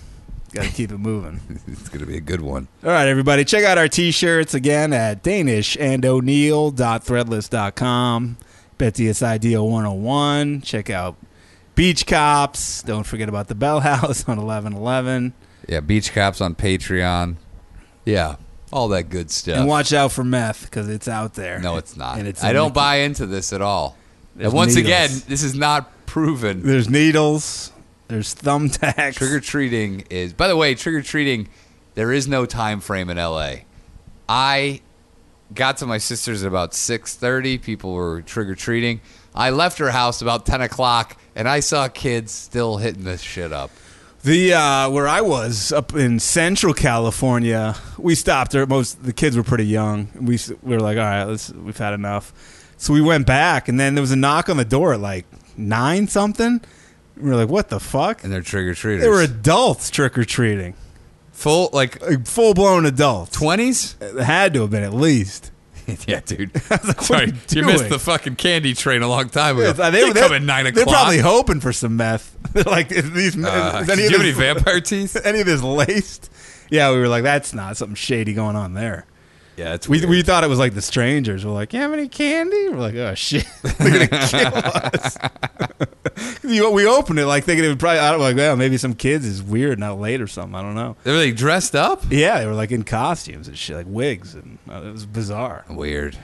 S4: got to keep it moving.
S3: It's gonna be a good one.
S4: All right, everybody, check out our t-shirts again at danishandoneal.threadless.com. Betsy S I D O 101. Check out Beach Cops. Don't forget about [laughs] the Bell House on 1111.
S3: Yeah, Beach Cops on Patreon. Yeah, all that good stuff.
S4: And watch out for meth because it's out there.
S3: no, it's not.
S4: And it's
S3: I
S4: in
S3: don't
S4: the-
S3: buy into this at all. And
S4: There's
S3: once
S4: needles.
S3: again, this is not proven.
S4: There's needles. There's thumbtacks.
S3: Trick or treating is. By the way, trick or treating, there is no time frame in L.A. I got to my sister's at about six thirty. People were trick or treating. I left her house about ten o'clock, and I saw kids still hitting this shit up.
S4: The uh, where I was up in Central California, we stopped there. Most the kids were pretty young. We s- we were like, all right, let's we've had enough. So we went back, and then there was a knock on the door at like nine something. We were like, what the fuck?
S3: And they're trick or treaters.
S4: They were adults trick or treating,
S3: full like
S4: like full blown adults. [laughs]
S3: twenties. [laughs]
S4: It had to have been at least.
S3: yeah, dude.
S4: like,
S3: Sorry,
S4: [laughs] what
S3: you
S4: are you
S3: missed
S4: doing?
S3: the fucking candy train a long time ago.
S4: Yeah,
S3: they,
S4: were-
S3: come at nine o'clock.
S4: They're probably hoping for some meth. [laughs] They're like, is these
S3: Uh,
S4: is any
S3: do you
S4: of
S3: have any
S4: this, [laughs]
S3: vampire teeth?
S4: any of this laced? Yeah, we were like, that's not something shady going on there.
S3: Yeah, it's
S4: We,
S3: weird.
S4: we thought it was like the strangers. We're like, you have any candy? We're like, oh shit, [laughs] they're gonna kill us. You- [laughs] we opened it like thinking it would probably. I don't like, well, maybe some kids is weird and out late or something. I don't know.
S3: They're like dressed
S4: [laughs]
S3: up.
S4: Yeah, they were like in costumes and shit, like wigs, and uh, it was bizarre.
S3: Weird.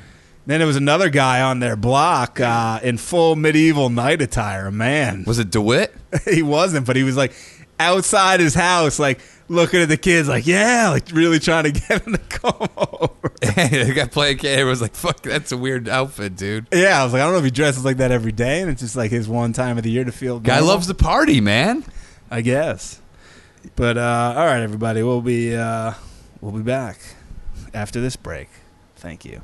S4: Then there was another guy on their block uh, in full medieval knight attire. Man,
S3: Was it Dewitt?
S4: [laughs] he wasn't, but he was like outside his house, like looking at the kids, like yeah, like really trying to [laughs] get him to come over.
S3: [laughs] the guy playing candy was like, "Fuck, that's a weird outfit, dude."
S4: Yeah, I was like, I don't know if he dresses like that every day, and it's just like his one time of the year to feel.
S3: Guy
S4: normal,
S3: loves the party, man.
S4: I guess. But uh, all right, everybody, we'll be uh, we'll be back after this break. Thank you.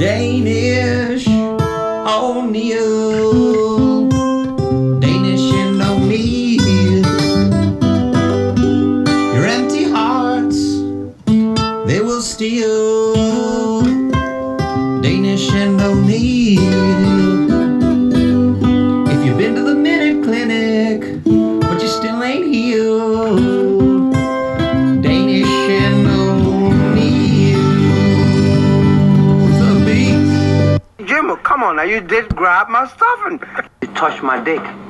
S5: Danish O'Neill. Danish and O'Neill. Your empty hearts, they will steal. Danish and O'Neill. If you've been to the Minute Clinic, but you still ain't healed. Danish and O'Neill. The beat.
S6: Jimmy, come on now, you did grab my stuff and
S5: You touched my dick.